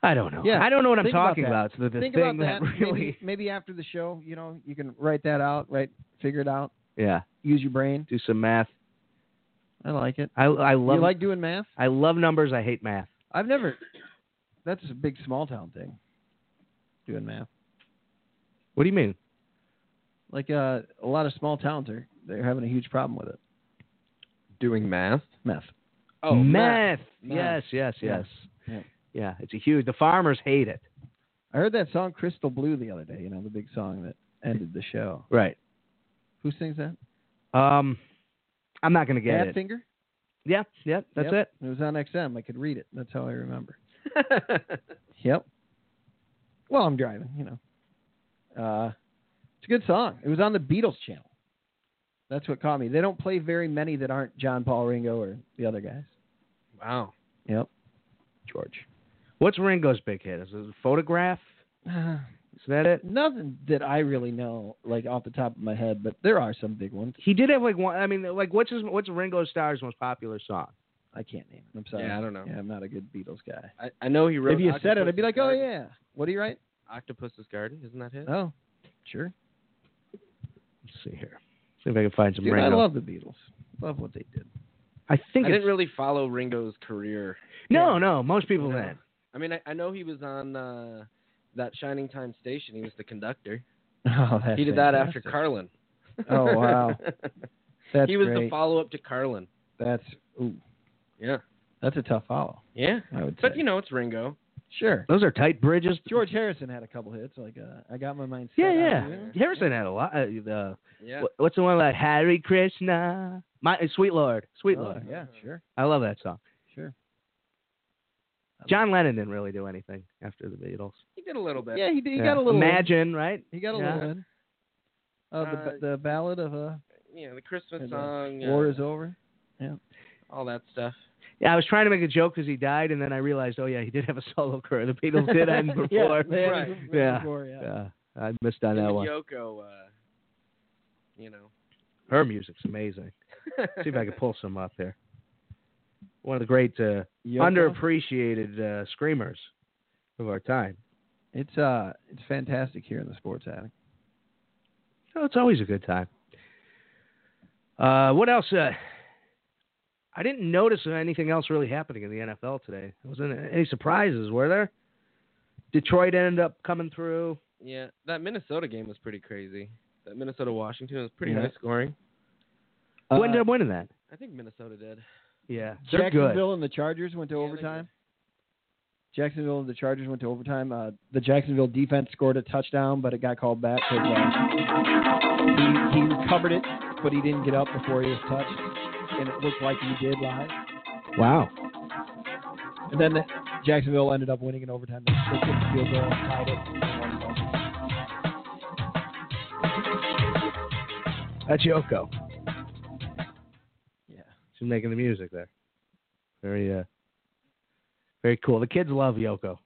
D: I don't know.
A: Yeah,
D: I don't know what I'm
A: think about
D: talking
A: that.
D: about. So the
A: think
D: thing
A: about that.
D: really,
A: Maybe, maybe after the show, you know, you can write that out. Right, figure it out.
D: yeah,
A: Use your brain.
D: do some math.
A: I like it.
D: I I love
A: you like doing math?
D: I love numbers. I hate math.
A: I've never. That's a big small town thing. Doing math,
D: What do you mean?
A: like uh, a lot of small towns are they're having a huge problem with it.
E: Doing math.
A: Meth.
E: Oh,
D: math.
A: math.
D: Yes, yes, yes.
A: Yeah.
D: Yeah, it's a huge. The farmers hate it.
A: I heard that song "Crystal Blue" the other day. You know, the big song that ended the show.
D: Right.
A: Who sings that?
D: Um, I'm not gonna get it.
A: Badfinger.
D: Yeah, yeah, that's
A: Yep. It was on XM. I could read it. That's how I remember.
D: it.
A: Yep. Well, I'm driving. You know. Uh, it's a good song. It was on the Beatles channel. That's what caught me. They don't play very many that aren't John Paul Ringo or the other guys.
E: Wow.
A: Yep. George.
D: What's Ringo's big hit? Is it a photograph?
A: Uh,
D: Is that it?
A: nothing that I really know, like off the top of my head, but there are some big ones.
D: He did have like one. I mean, like what's his what's Ringo Starr's most popular song?
A: I can't name it. I'm sorry.
E: Yeah, I don't know.
A: Yeah, I'm not a good Beatles guy.
E: I, I know he wrote.
A: if you said it,
E: Octopus's
A: I'd be like, oh
E: Garden.
A: yeah. What do you write?
E: Octopus's Garden, isn't that his?
A: Oh, sure.
D: Let's see here. See if I can find some
A: Dude, I
D: Ringo.
A: love the Beatles. Love what they did.
D: I think
E: I
D: it's
E: didn't really follow Ringo's career.
D: no, no. Most people
E: No.
D: didn't.
E: I mean, I, I know he was on uh, that Shining Time station. He was the conductor.
A: Oh, that's
E: he did that after
A: fantastic.
E: Carlin.
A: Oh, wow. That's
E: he was the
A: great.
E: follow up to Carlin.
A: that's ooh,
E: Yeah.
A: that's a tough follow.
E: Yeah.
A: I would
E: But
A: say.
E: you know, it's Ringo.
A: sure.
D: Those are tight bridges.
A: George Harrison had a couple hits, like uh, I got my mind. Set
D: Yeah,
A: on
D: yeah.
A: You.
D: Harrison had a lot. Uh, the
E: Yeah.
D: What- What's the one like Harry Krishna? My uh, Sweet Lord, Sweet
A: Oh,
D: Lord.
A: yeah, sure,
D: I love that song.
A: sure. I
D: John Lennon didn't really do anything after the Beatles.
E: He did a little bit.
A: Yeah, he, did- he
D: Yeah.
A: got a little
D: Imagine, right?
A: He got a
D: Yeah.
A: little win. Uh, the,
E: Uh,
A: ba- the ballad of uh,
E: Yeah, the Christmas
A: and, uh,
E: song,
A: War
E: uh,
A: is Over.
E: all that stuff.
D: Yeah, I was trying to make a joke because he died, and then I realized, oh yeah, he did have a solo career. The Beatles did end before.
A: yeah, they had
E: Right.
A: it before,
D: Yeah.
A: before, yeah.
D: Yeah, I missed on
E: Him
D: that
E: and
D: one.
E: Yoko, uh, you know.
D: Her music's amazing. See if I can pull some up here. One of the great uh,
A: Yoko,
D: underappreciated uh, screamers of our time.
A: It's uh, it's fantastic here in the sports attic.
D: Oh, it's always a good time. Uh, what else? Uh, I didn't notice anything else really happening in the NFL today. There wasn't any surprises, were there? Detroit ended up coming through.
E: Yeah, that Minnesota game was pretty crazy. That Minnesota Washington was pretty
A: Yeah.
E: high scoring.
A: Uh,
D: Who ended up winning that?
E: I think Minnesota did.
D: Yeah, they're good.
A: Jacksonville and the Chargers went to
E: Yeah, they
A: overtime. Jacksonville and the Chargers went to overtime. Uh, the Jacksonville defense scored a touchdown, but it got called back because uh, he, he recovered it, but he didn't get up before he was touched. and it looked like he did live. Wow. And then Jacksonville ended up winning in overtime. They kicked the field goal, tied it. and won the game. That's Yoko.
E: Yeah.
D: She's making the music there. Very uh, very cool. The kids love Yoko.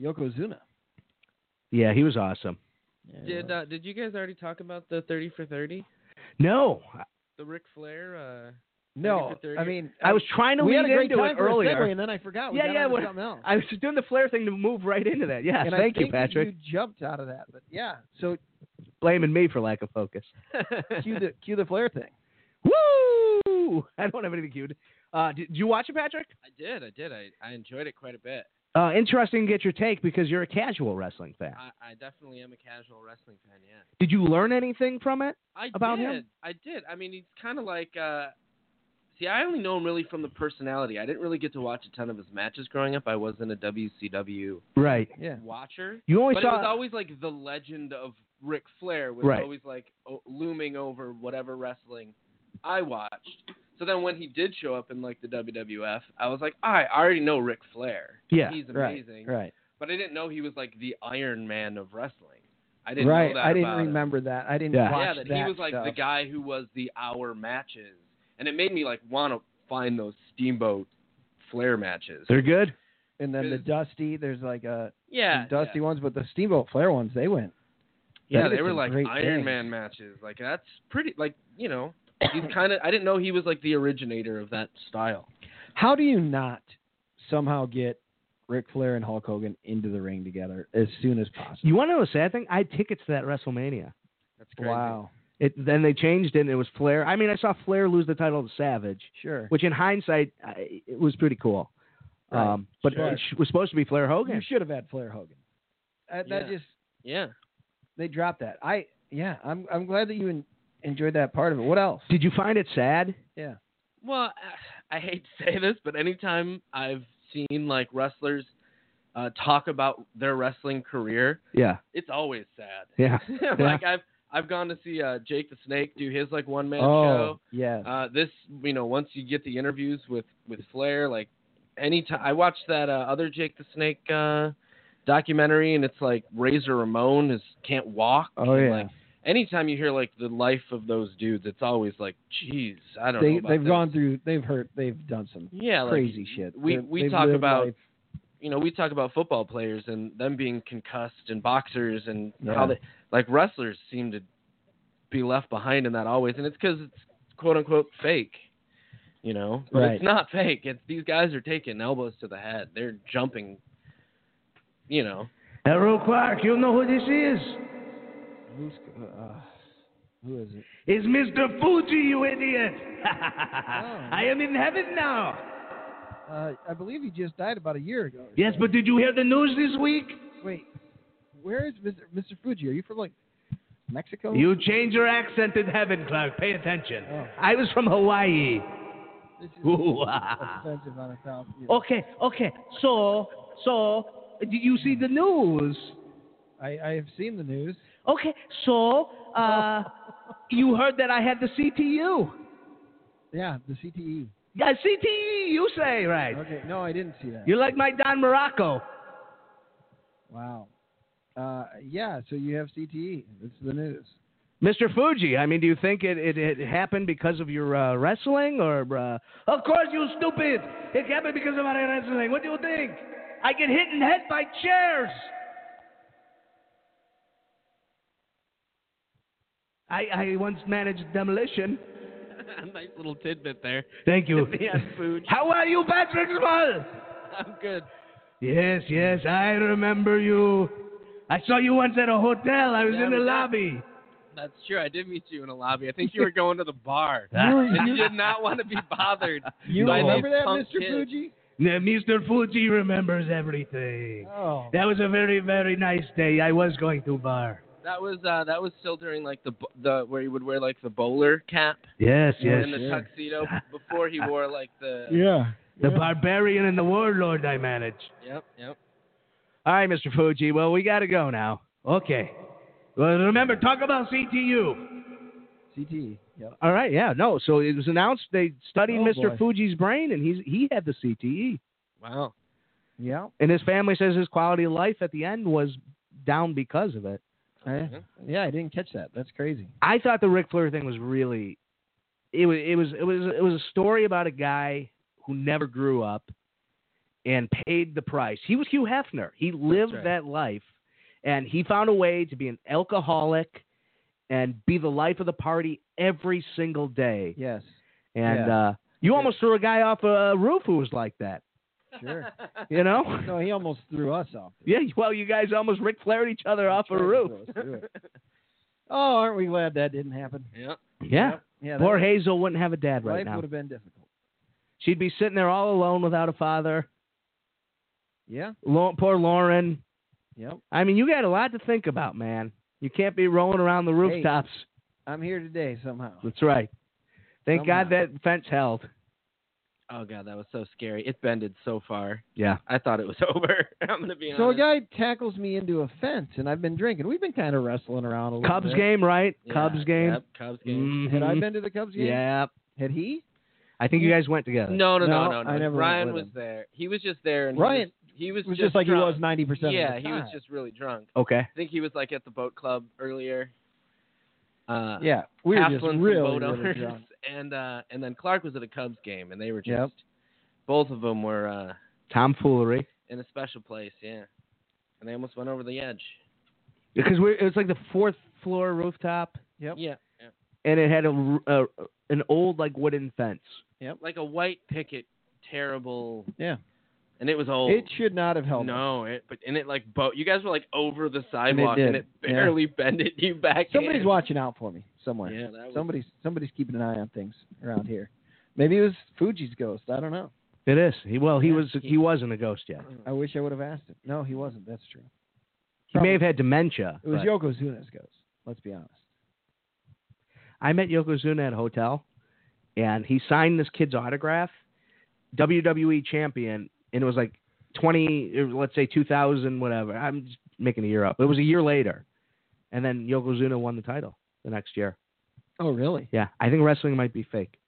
A: Yokozuna.
D: Yeah, he was awesome.
E: Did uh, did you guys already talk about the thirty for thirty?
D: No, I-
E: The Ric Flair. Uh,
A: no,
E: 30.
A: I mean,
D: I was trying to
A: we
D: lead
A: had a great
D: into
A: time
D: it
A: for a segue,
D: earlier.
A: and then I forgot. We
D: Yeah,
A: got
D: yeah,
A: onto
D: what-
A: something else.
D: I was doing the Flair thing to move right into that. Yes,
A: and I
D: thank you,
A: think
D: Patrick.
A: You jumped out of that, but yeah. So
D: Blaming me for lack of focus.
A: cue the cue the Flair thing.
D: Woo! I don't have anything cued. Uh, did, did you watch it, Patrick?
E: I did. I did. I, I enjoyed it quite a bit.
D: Uh, interesting to get your take because you're a casual wrestling fan.
E: I, I definitely am a casual wrestling fan. Yeah.
D: Did you learn anything from it?
E: I
D: about
E: did.
D: him?
E: I did. I mean, he's kind of like. Uh, see, I only know him really from the personality. I didn't really get to watch a ton of his matches growing up. I wasn't a WCW
D: Right.
A: Yeah.
E: watcher.
D: You only
E: But it
D: saw
E: was always like the legend of Ric Flair was
D: Right.
E: always like o- looming over whatever wrestling I watched. So then when he did show up in like the WWF, I was like, I I already know Ric Flair.
D: Yeah,
E: he's
A: right,
E: amazing.
A: Right.
E: But I didn't know he was like the Iron Man of wrestling. I didn't
A: right.
E: know that
A: I didn't
E: about him.
A: remember that. I didn't
D: Yeah.
A: watch
E: yeah, that, he was like the
A: stuff.
E: guy who was the hour matches, and it made me like want to find those Steamboat Flair matches.
D: they're good.
A: And then the
E: Cause-
A: Dusty, there's like a
E: yeah,
A: some dusty ones, but the Steamboat Flair ones, they went.
E: yeah, yeah,
A: did
E: they were
A: some
E: like
A: great
E: Iron
A: things.
E: Man matches. Like that's pretty, like you know, he's kind of. I didn't know he was like the originator of that style.
A: How do you not somehow get Ric Flair and Hulk Hogan into the ring together as soon as possible?
D: You want to know the sad thing? I had tickets to that WrestleMania.
E: That's crazy.
A: Wow.
D: It, then they changed it, and it was Flair. I mean, I saw Flair lose the title to Savage,
A: Sure.
D: which in hindsight, I, it was pretty cool.
A: Right.
D: Um, but
A: Sure.
D: it sh- was supposed to be Flair
A: You
D: Hogan.
A: should have had Flair Hogan. Uh, that
E: Yeah.
A: just
E: Yeah.
A: they dropped that. I yeah, I'm I'm glad that you en- enjoyed that part of it. What else?
D: Did you find it sad?
A: Yeah.
E: Well, I I hate to say this, but anytime I've seen like wrestlers uh, talk about their wrestling career,
D: Yeah,
E: it's always sad.
D: yeah.
E: like I've I've gone to see uh, Jake the Snake do his like one man
A: oh yeah.
E: show. Uh, this you know once you get the interviews with with Flair, like anytime I watched that uh, other Jake the Snake uh, documentary, and it's like Razor Ramon is can't walk.
A: Oh
E: and,
A: yeah.
E: Like, anytime you hear like the life of those dudes, it's always like, jeez, I don't know.
A: they
E: about
A: they've
E: this.
A: gone through. They've hurt. They've done some
E: yeah like,
A: crazy shit.
E: We
A: They've-
E: we
A: they've
E: talk
A: lived
E: about
A: life-
E: you know, we talk about football players and them being concussed and boxers and
A: Yeah.
E: how they like wrestlers seem to be left behind in that always, and it's because it's quote unquote fake, you know. But
A: Right.
E: it's not fake. It's these guys are taking elbows to the head. They're jumping. You know,
D: Errol Clark, you know who this is.
A: who's uh, who is it?
D: It's Mr. Fuji, you idiot!
A: Oh.
D: I am in heaven now.
A: Uh, I believe he just died about a year ago. or
D: Yes,
A: so.
D: but did you hear the news this week?
A: wait, where is Mr. Mr. Fuji? Are you from like Mexico?
D: You change your accent in heaven, Clark. Pay attention.
A: Oh.
D: I was from Hawaii.
A: This is
D: Ooh, ah. Oh.
A: offensive on a thousand. you know.
D: Okay, okay. So, so, did you see the news?
A: I I have seen the news.
D: Okay, so, uh, you heard that I had the CTU.
A: Yeah, the CTE.
D: Yeah, CTE, you say, right?
A: Okay, no, I didn't see that.
D: You're like my Don Morocco.
A: Wow. Uh, yeah, so you have CTE. It's the news.
D: Mr. Fuji, I mean, do you think it, it, it happened because of your uh, wrestling or? Uh, of course, you stupid! It happened because of my wrestling. What do you think? I get hit in the head by chairs. I, I once managed demolition.
E: nice little tidbit there.
D: Thank you.
E: Yeah, food.
D: How are you, Patrick Small?
E: I'm good.
D: Yes, yes, I remember you. I saw you once at a hotel. I was
E: Yeah,
D: in the
E: but that-
D: lobby.
E: That's true. I did meet you in a lobby. I think you were going to the bar.
A: You,
E: and you did not want to be bothered.
A: you
E: by these
A: remember that,
E: punk
A: Mr.
E: kids.
A: Fuji?
D: Now, Mr. Fuji remembers everything.
A: Oh.
D: That was a very, very nice day. I was going to bar.
E: That was uh, that was still during like the bo- the where he would wear like the bowler cap
D: Yes, yes.
E: and the tuxedo before he wore like the
A: yeah.
D: The barbarian and the warlord I manage.
E: yep yep.
D: All right, Mr. Fuji. Well, we got to go now. Okay. Well, remember, talk about CTU.
A: CTE. E. Yep.
D: All right, yeah, no. So it was announced they studied
A: Oh,
D: Mr.
A: boy.
D: Fuji's brain, and he's he had the CTE.
E: Wow.
A: Yeah.
D: And his family says his quality of life at the end was down because of it.
E: Uh-huh.
A: I, yeah, I didn't catch that. That's crazy.
D: I thought the Ric Flair thing was really, it was it was it was it was a story about a guy who never grew up, and paid the price. He was Hugh Hefner. He lived
E: right.
D: that life, and he found a way to be an alcoholic, and be the life of the party every single day.
A: Yes.
D: And
A: Yeah.
D: uh, you almost threw a guy off a roof who was like that.
A: Sure.
D: You know?
A: no, he almost threw us off.
D: Yeah, well, you guys almost Ric Flaired each other off
A: Tried
D: a
A: to
D: roof.
A: throw us through it. oh, aren't we glad that didn't happen?
E: Yeah.
D: Yeah.
A: Yeah. that
D: Poor Hazel wouldn't have a dad
A: life
D: right now.
A: would have been difficult.
D: She'd be sitting there all alone without a father.
A: Yeah.
D: Lo- poor Lauren.
A: Yep.
D: I mean, you got a lot to think about, man. You can't be rolling around the rooftops.
A: I'm here today somehow.
D: That's right. Thank
A: Somehow.
D: God that fence held.
E: Oh god, that was so scary. It bended so far.
D: Yeah.
E: I thought it was over. I'm gonna be
A: So a
E: honest.
A: guy tackles me into a fence, and I've been drinking. We've been kind of wrestling around a little
D: Cubs
A: bit.
D: game, right?
E: Yeah,
D: Cubs game.
E: Yep, Cubs game.
D: Mhm.
A: Had I been to the Cubs game?
D: Yep.
A: Had he? Mm.
D: I think you guys went together.
E: No, no, no,
A: No,
E: no, no.
A: I never went
E: Ryan
A: with
E: was
A: him.
E: there. He was just there, and
A: Ryan
E: he was, he
A: It was just, like
E: drunk.
A: he was 90 percent.
E: Yeah,
A: of the
E: he was
A: time.
E: just really drunk.
D: Okay.
E: I think he was like at the boat club earlier. Uh,
A: Yeah, we were
E: Halflin's
A: just
E: and
A: really,
E: boat
A: really
E: owners,
A: drunk.
E: and uh, and then Clark was at a Cubs game, and they were just
A: Yep.
E: both of them were uh,
D: Tomfoolery.
E: in a special place, yeah. And they almost went over the edge.
D: Because we're, it was like the fourth floor rooftop.
A: Yep.
E: Yeah, yeah.
D: and it had a, a an old like wooden fence.
E: like a white picket, terrible.
A: Yeah.
E: And it was old.
A: It should not have held. up.
E: Oh. no, it but and it like boat. You guys were like over the sidewalk,
A: did,
E: and it
A: yeah.
E: barely bended you back.
A: Somebody's
E: in.
A: watching out for me somewhere.
E: Yeah, that was,
A: Somebody's somebody's keeping an eye on things around here. Maybe it was Fuji's ghost. I don't know.
D: It is. He, well, he
E: Yeah,
D: was
E: he-
D: he wasn't a ghost yet.
A: I wish I would have asked him. No, he wasn't. That's true.
D: He may
A: Probably.
D: have had dementia.
A: It was
D: but-
A: Yokozuna's ghost. Let's be honest.
D: I met Yokozuna at a hotel, and he signed this kid's autograph, WWE champion, and it was like twenty, or let's say two thousand, whatever. I'm just making a year up. It was a year later, and then Yokozuna won the title the next year.
A: Oh, really?
D: Yeah, I think wrestling might be fake.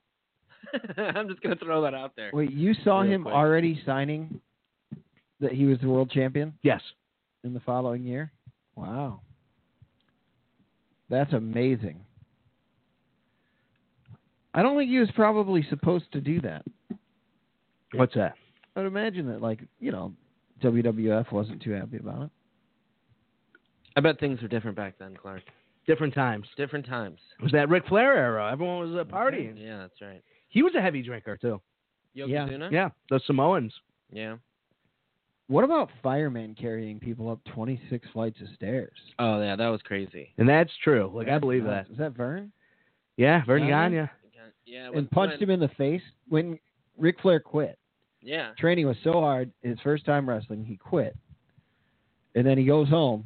E: I'm just gonna throw that out there.
A: Wait, you saw
E: Real
A: him
E: quick.
A: already signing that he was the world champion
D: Yes.
A: in the following year? Wow. That's amazing. I don't think he was probably supposed to do that.
D: What's that?
A: I would imagine that, like, you know, WWF wasn't too happy about it.
E: I bet things were different back then, Clark.
D: Different times.
E: Different times.
D: It was that Ric Flair era. Everyone was uh, partying.
E: Yeah, that's right.
D: He was a heavy drinker too.
E: Yokozuna.
D: Yeah, the Samoans.
E: Yeah.
A: What about firemen carrying people up 26 flights of stairs?
E: Oh yeah, that was crazy.
D: And that's true. Like I believe that.
A: Is that Vern?
D: Yeah, Vern
A: Yeah.
D: Gagne.
E: Yeah.
A: And punched him in the face when Ric Flair quit.
E: Yeah.
A: training was so hard, his first time wrestling, he quit. And then he goes home.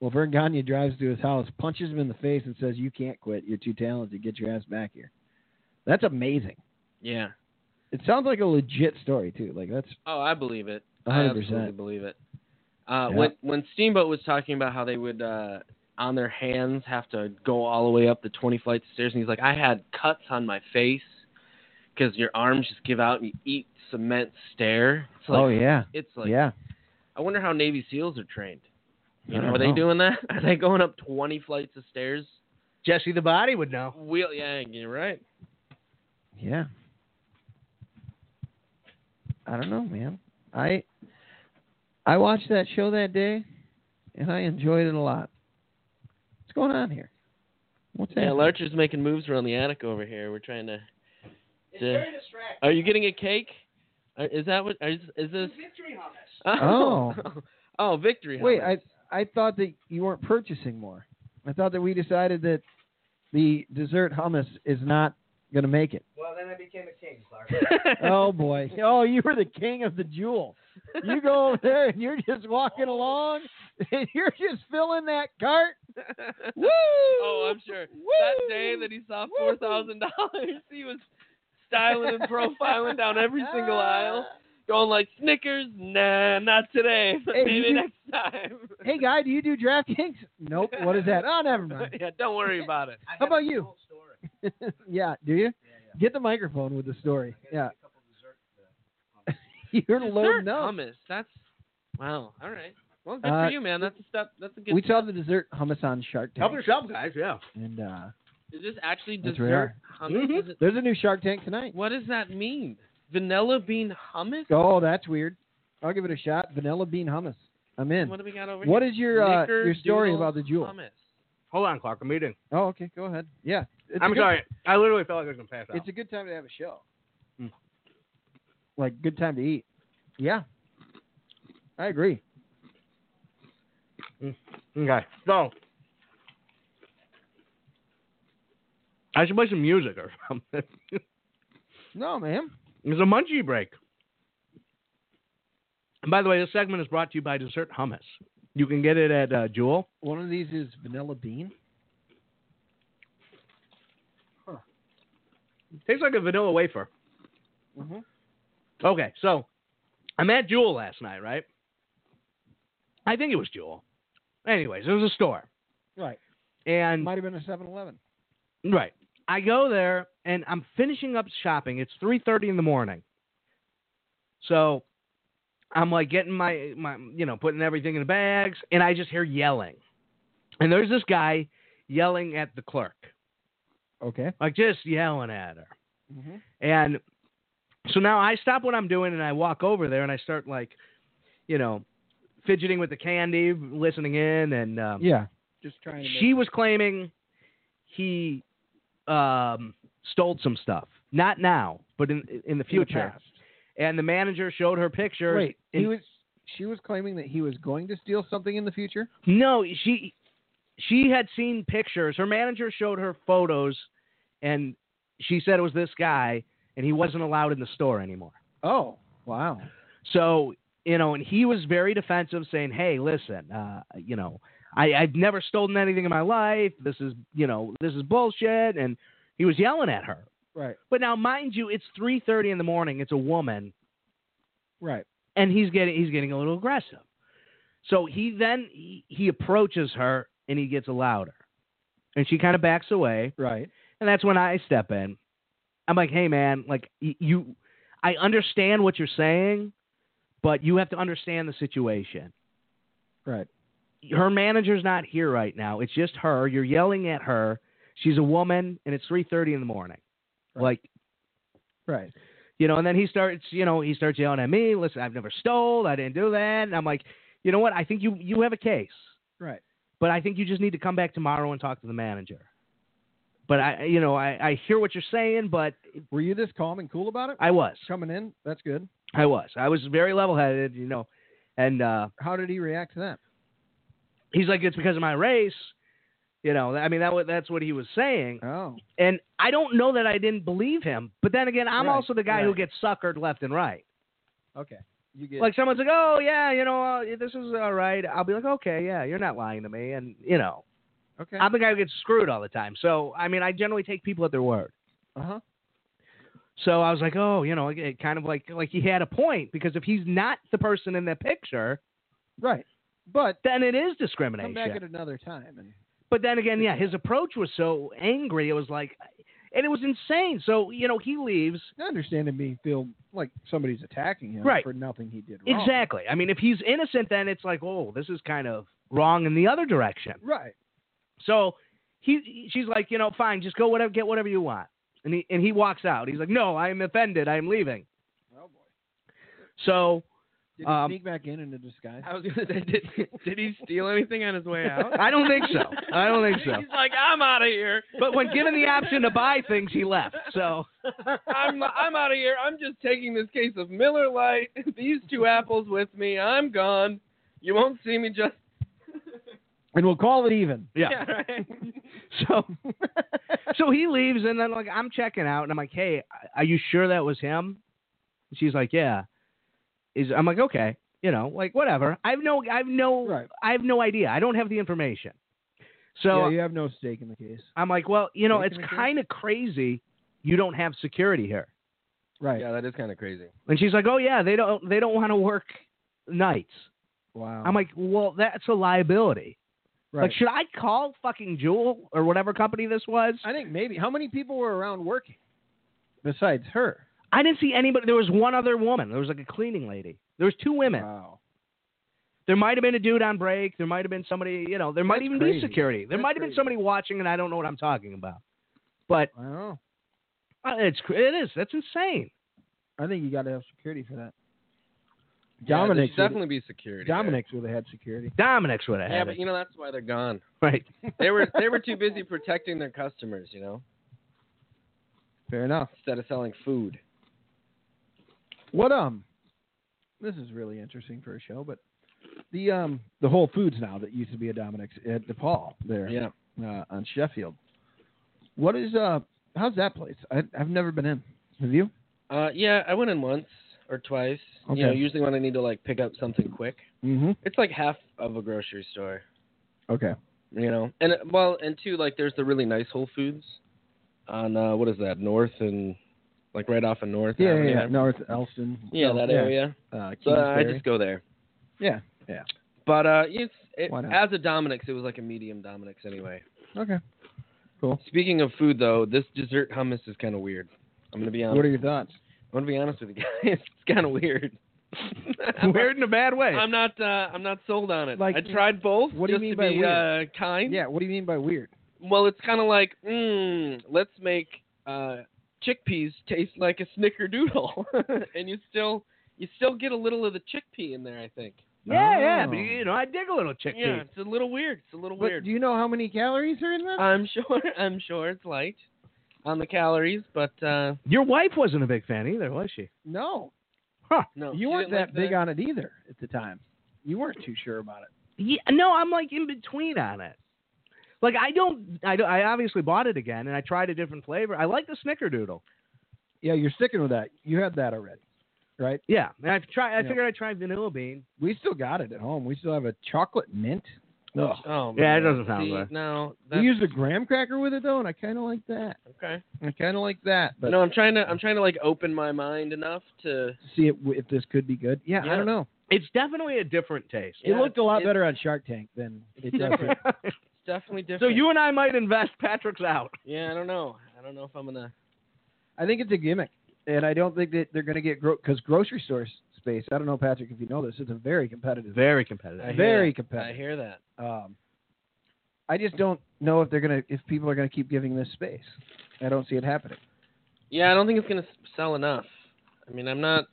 A: Well, Vern Gagne drives to his house, punches him in the face, and says, You can't quit. You're too talented. Get your ass back here. That's amazing.
E: Yeah.
A: It sounds like a legit story, too. Like, that's
E: Oh, I believe it. I
A: 100%.
E: absolutely believe it. Uh,
A: Yeah.
E: When when Steamboat was talking about how they would uh, on their hands have to go all the way up the 20 flights of stairs, and he's like, I had cuts on my face because your arms just give out and you eat cement stair. It's like,
A: oh, yeah.
E: It's like
A: yeah.
E: I wonder how Navy SEALs are trained. You
A: I
E: know,
A: don't
E: are they
A: know.
E: doing that? Are they going up 20 flights of stairs?
D: Jesse the Body would know.
E: Wheel, yeah, you're right.
A: Yeah. I don't know, man. I I watched that show that day, and I enjoyed it a lot. What's going on here? What's that?
E: Yeah, Larcher's making moves around the attic over here. We're trying to. It's very distracting. Are you getting a cake? Are- Is that what? Is, is this? Victory hummus.
A: Oh.
E: oh, victory hummus.
A: Wait, I I thought that you weren't purchasing more. I thought that we decided that the dessert hummus is not going to make it.
D: Well, then I became a king, Clark.
A: Oh boy! Oh, you were the king of the jewel. You go over there and you're just walking along, and you're just filling that cart. Woo!
E: Oh, I'm sure. That day that he saw four thousand dollars, he was styling and profiling down every single aisle, going like Snickers. Nah, not today. but
A: Hey,
E: Maybe
A: you-
E: next time.
A: Hey guy, do you do DraftKings? Nope. What is that? Oh, never mind.
E: yeah, don't worry about it.
A: How about you? yeah, do you? Get the microphone with the story. Yeah.
E: uh,
A: You're
E: Dessert
A: loading up.
E: hummus. That's wow. All right. Well, good
A: Uh,
E: for you, man. That's a step. That's a good.
A: We saw the dessert hummus on Shark
D: Help
A: Tank,
D: yourself, guys. Yeah.
A: and uh,
E: is this actually
A: That's rare.
E: dessert hummus?
D: Mhm.
E: Is it-
A: there's a new Shark Tank tonight.
E: what does that mean? Vanilla bean hummus?
A: Oh, that's weird. I'll give it a shot. Vanilla bean hummus. I'm in.
E: What do we got over
A: What
E: here?
A: is your uh,
E: Snickerdoodle
A: your story about the jewel?
E: Hummus.
D: Hold on, Clark. I'm eating.
A: Oh, okay. Go ahead. Yeah. It's a
D: I'm
A: good-
D: sorry. I literally felt like I was gonna pass out.
A: It's a good time to have a show.
D: Mm.
A: Like good time to eat. Yeah. I agree.
D: Okay. So I should play some music or something.
A: No, man.
D: It's a munchie break. And by the way, this segment is brought to you by Dessert Hummus. You can get it at uh, Jewel.
A: One of these is vanilla bean.
D: tastes like a vanilla wafer.
A: Mhm.
D: Okay, so I'm at Jewel last night, right? I think it was Jewel. Anyways, it was a store.
A: Right.
D: And
A: Might have been a 7-Eleven.
D: Right. I go there and I'm finishing up shopping. It's three thirty in the morning. So I'm like getting my my you know, putting everything in the bags and I just hear yelling. And there's this guy yelling at the clerk.
A: Okay.
D: Like just yelling at her.
A: Mm-hmm.
D: And so now I stop what I'm doing and I walk over there and I start like, you know, fidgeting with the candy, listening in and um,
A: Yeah. Just trying
D: she was claiming he um, stole some stuff. Not now, but in in the future. and the manager showed her picture.
A: Wait, he
D: in-
A: was she was claiming that he was going to steal something in the future?
D: no, she she had seen pictures. Her manager showed her photos, and she said it was this guy, and he wasn't allowed in the store anymore.
A: Oh, wow.
D: So, you know, and he was very defensive, saying, "Hey, listen, uh, you know, I, I've never stolen anything in my life. This is, you know, this is bullshit." And he was yelling at her.
A: Right.
D: But now, mind you, it's three thirty in the morning. It's a woman,
A: Right.
D: and he's getting he's getting a little aggressive. So he then he, he approaches her and he gets louder, and she kind of backs away.
A: Right.
D: And that's when I step in. I'm like, hey man, like y- you, I understand what you're saying, but you have to understand the situation.
A: Right.
D: Her manager's not here right now. It's just her. You're yelling at her. She's a woman, and it's 3:30 in the morning.
A: Right.
D: Like
A: Right.
D: you know, and then he starts, you know, he starts yelling at me. Listen, I've never stole. I didn't do that. And I'm like, you know what? I think you you have a case,
A: Right.
D: but I think you just need to come back tomorrow and talk to the manager. But I, you know, I, I hear what you're saying, but
A: Were you this calm and cool about it?
D: I was,
A: Coming in, that's good.
D: I was, I was very level headed, you know, and uh,
A: How did he react to that?
D: he's like, it's because of my race, you know. I mean, that wa- that's what he was saying,
A: Oh,
D: and I don't know that I didn't believe him, but then again, I'm
A: Right,
D: also the guy who
A: right.
D: gets suckered left and right.
A: okay. You get
D: Like someone's like, "Oh yeah, you know, uh, this is all right." I'll be like, "Okay, yeah, you're not lying to me," and you know,
A: okay.
D: I'm the guy who gets screwed all the time. So I mean, I generally take people at their word.
A: Uh huh.
D: So I was like, "Oh, you know," it kind of like like he had a point because if he's not the person in the picture,
A: Right. But
D: then it is
A: come
D: discrimination.
A: back at another time and
D: But then again, yeah, his approach was so angry. It was like, and it was insane. So you know, he leaves.
A: I understand him being feel like somebody's attacking him
D: Right.
A: for nothing he did wrong.
D: Exactly. I mean, if he's innocent, then it's like, oh, this is kind of wrong in the other direction.
A: Right.
D: So he, she's like, you know, fine, just go whatever, get whatever you want. And he and he walks out. He's like, no, I am offended. I am leaving.
A: Oh boy.
D: So
A: Did he
D: Um,
A: sneak back in in a disguise?
E: I was gonna say, did, did he steal anything on his way out?
D: I don't think so. I don't think so.
E: He's like, I'm out of here.
D: But when given the option to buy things, he left. So
E: I'm I'm out of here. I'm just taking this case of Miller Lite, these two apples with me. I'm gone. You won't see me just
A: and we'll call it even.
D: yeah.
E: right.
D: So so he leaves, and then like I'm checking out, and I'm like, hey, are you sure that was him? And she's like, yeah. Is I'm like, okay, you know, like whatever. I have no, I have no,
A: Right.
D: I have no idea. I don't have the information. So
A: yeah, you have no stake in the case.
D: I'm like, well, you know,
A: Thank
D: it's
A: you, Mr.
D: kind of crazy. You don't have security here.
A: Right.
E: that is kind of crazy.
D: And she's like, oh yeah, they don't they don't want to work nights.
A: Wow.
D: I'm like, well, that's a liability.
A: Right.
D: Like, should I call fucking Jewel or whatever company this was?
A: I think maybe. How many people were around working besides her?
D: I didn't see anybody. There was one other woman. There was like a cleaning lady. there was two women.
A: Wow.
D: There might have been a dude on break. There might have been somebody, you know, there might
A: That's
D: even
A: crazy.
D: be security. There
A: That's
D: might have been
A: crazy.
D: somebody watching, and I don't know what I'm talking about. But
A: Wow.
D: uh, it's cr- it is that's insane.
A: I think you got to have security for that.
E: Yeah, there should
A: Dominic
E: definitely be security. there.
A: Dominic's would have had security.
D: Dominic's would have
E: Yeah,
D: had
E: but
D: it,
E: you know that's why they're gone.
D: right?
E: They were they were too busy protecting their customers, you know,
A: Fair enough.
E: instead of selling food.
A: What um, this is really interesting for a show, but the um the Whole Foods now that used to be a Dominic's at DePaul there
E: Yeah.
A: uh, on Sheffield. What is uh how's that place? I, I've never been in. Have you?
E: Uh, yeah, I went in once or twice.
A: Okay.
E: You know, usually when I need to like pick up something quick.
A: Mm-hmm.
E: It's like half of a grocery store,
A: Okay.
E: you know. And it- well, and two like there's the really nice Whole Foods on uh, what is that North and like right off of North.
A: Yeah, yeah,
E: Avenue.
A: yeah. North Elston.
E: Yeah, that area.
A: Uh,
E: So I
A: Kingsbury.
E: just go there.
A: Yeah, yeah.
E: But uh, it's it,
A: Why not?
E: as a Dominic's, it was like a medium Dominic's anyway.
A: Okay.
E: Speaking of food, though, this dessert hummus is kind of weird. I'm gonna be honest.
A: What are your thoughts?
E: I'm gonna be honest with you guys. It's kind of weird. I'm
D: Weird in a bad way.
E: I'm not. Uh, I'm not sold on it.
A: Like,
E: I tried both.
A: what do you
E: just
A: mean
E: to
A: by
E: be,
A: weird?
E: Uh, kind.
A: Yeah, what do you mean by weird?
E: Well, it's kind of like, mm, let's make uh, chickpeas taste like a snickerdoodle, and you still you still get a little of the chickpea in there. I think.
D: yeah, yeah,
A: Oh.
D: but you know, I dig a little chickpea.
E: Yeah, it's a little weird. It's a little
A: But
E: weird.
A: do you know how many calories are in that?
E: I'm sure. I'm sure it's light on the calories, but uh,
D: Your wife wasn't a big fan either, was she?
A: no,
E: no. she
A: you weren't
E: didn't
A: that
E: like
A: big
E: the-
A: on it either at the time. You weren't too sure about it.
D: Yeah, no, I'm like in between on it. Like I don't, I don't, I obviously bought it again, and I tried a different flavor. I like the Snickerdoodle.
A: Yeah, you're sticking with that. You had that already, right?
D: Yeah, and I've tried. I
A: Yeah.
D: figured I'd try vanilla bean.
A: We still got it at home. We still have a chocolate mint. Ugh.
E: Oh,
D: Yeah, it
E: man.
D: doesn't sound
E: See,
D: good.
E: No,
A: We
E: that's
A: used a graham cracker with it though, and I kind of like that.
E: okay.
A: I kind of like that, but
E: no, I'm trying to. I'm trying to like open my mind enough to.
A: see it, if this could be good. Yeah, I
E: Yeah.
A: don't know.
D: It's definitely a different taste.
A: it
E: Yeah,
A: looked a lot
E: it-
A: better on Shark Tank than it does. here.
E: Different. It's definitely different.
D: so you and I might invest. Patrick's out.
E: Yeah, I don't know. I don't know if I'm gonna.
A: I think it's a gimmick, and I don't think that they're going to get because grocery store s- space. I don't know, Patrick, if you know this, it's a very competitive.
D: Very
E: I
D: competitive.
E: hear
A: Very
E: that.
A: competitive.
E: I hear that.
A: Um, I just don't know if they're going to if people are going to keep giving this space. I don't see it happening.
E: Yeah, I don't think it's gonna s- sell enough. I mean, I'm not.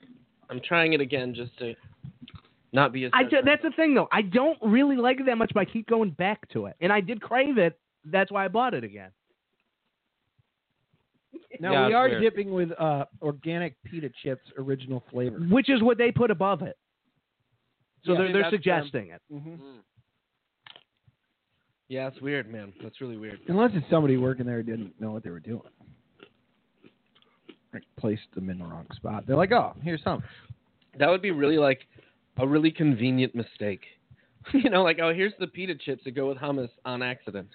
E: I'm trying it again just to not be as.
D: I do, that's the thing though. I don't really like it that much, but I keep going back to it, and I did crave it. That's why I bought it again.
A: Now
E: Yeah,
A: we
E: it's
A: are
E: weird.
A: dipping with uh, organic pita chips original flavor.
D: which is what they put above it. So
E: Yeah,
D: they're, they're
E: that's um, them.
D: suggesting it.
A: Mm-hmm.
E: Mm. Yeah, it's weird, man. That's really weird.
A: Unless it's somebody working there who didn't know what they were doing. Like placed them in the wrong spot. They're like, oh, here's some.
E: That would be really like a really convenient mistake. you know, like oh, here's the pita chips that go with hummus on accident.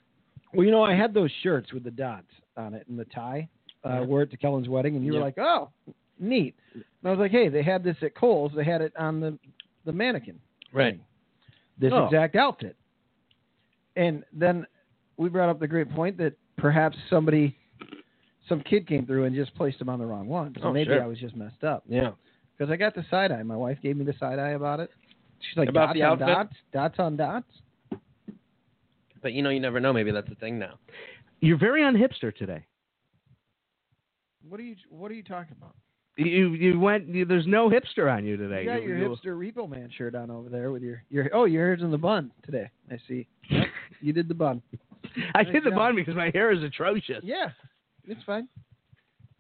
A: Well, you know, I had those shirts with the dots on it and the tie. Uh,
E: Yeah.
A: Wore it to Kellen's wedding, and you
E: Yeah.
A: were like, "Oh, neat." And I was like, "Hey, they had this at Kohl's. They had it on the the mannequin. thing. This
D: Oh.
A: exact outfit." And then we brought up the great point that perhaps somebody, some kid came through and just placed them on the wrong one. So
E: Oh,
A: maybe
E: sure.
A: I was just messed up
E: Yeah.
A: because I got the side eye. My wife gave me the side eye about it. She's like,
E: About
A: "Dots
E: the
A: on
E: outfit?
A: dots, dots on dots."
E: But you know, you never know. Maybe that's a thing now.
D: You're very unhipster today.
A: What are you? What are you talking about?
D: You you went. You, there's no hipster on you today.
A: You got
D: You-
A: your
D: you-
A: hipster repo man shirt on over there with your your oh your hair's in the bun today. I see. Yep, you did the bun.
D: I did the
A: Yeah.
D: bun because my hair is atrocious.
A: Yeah, it's fine.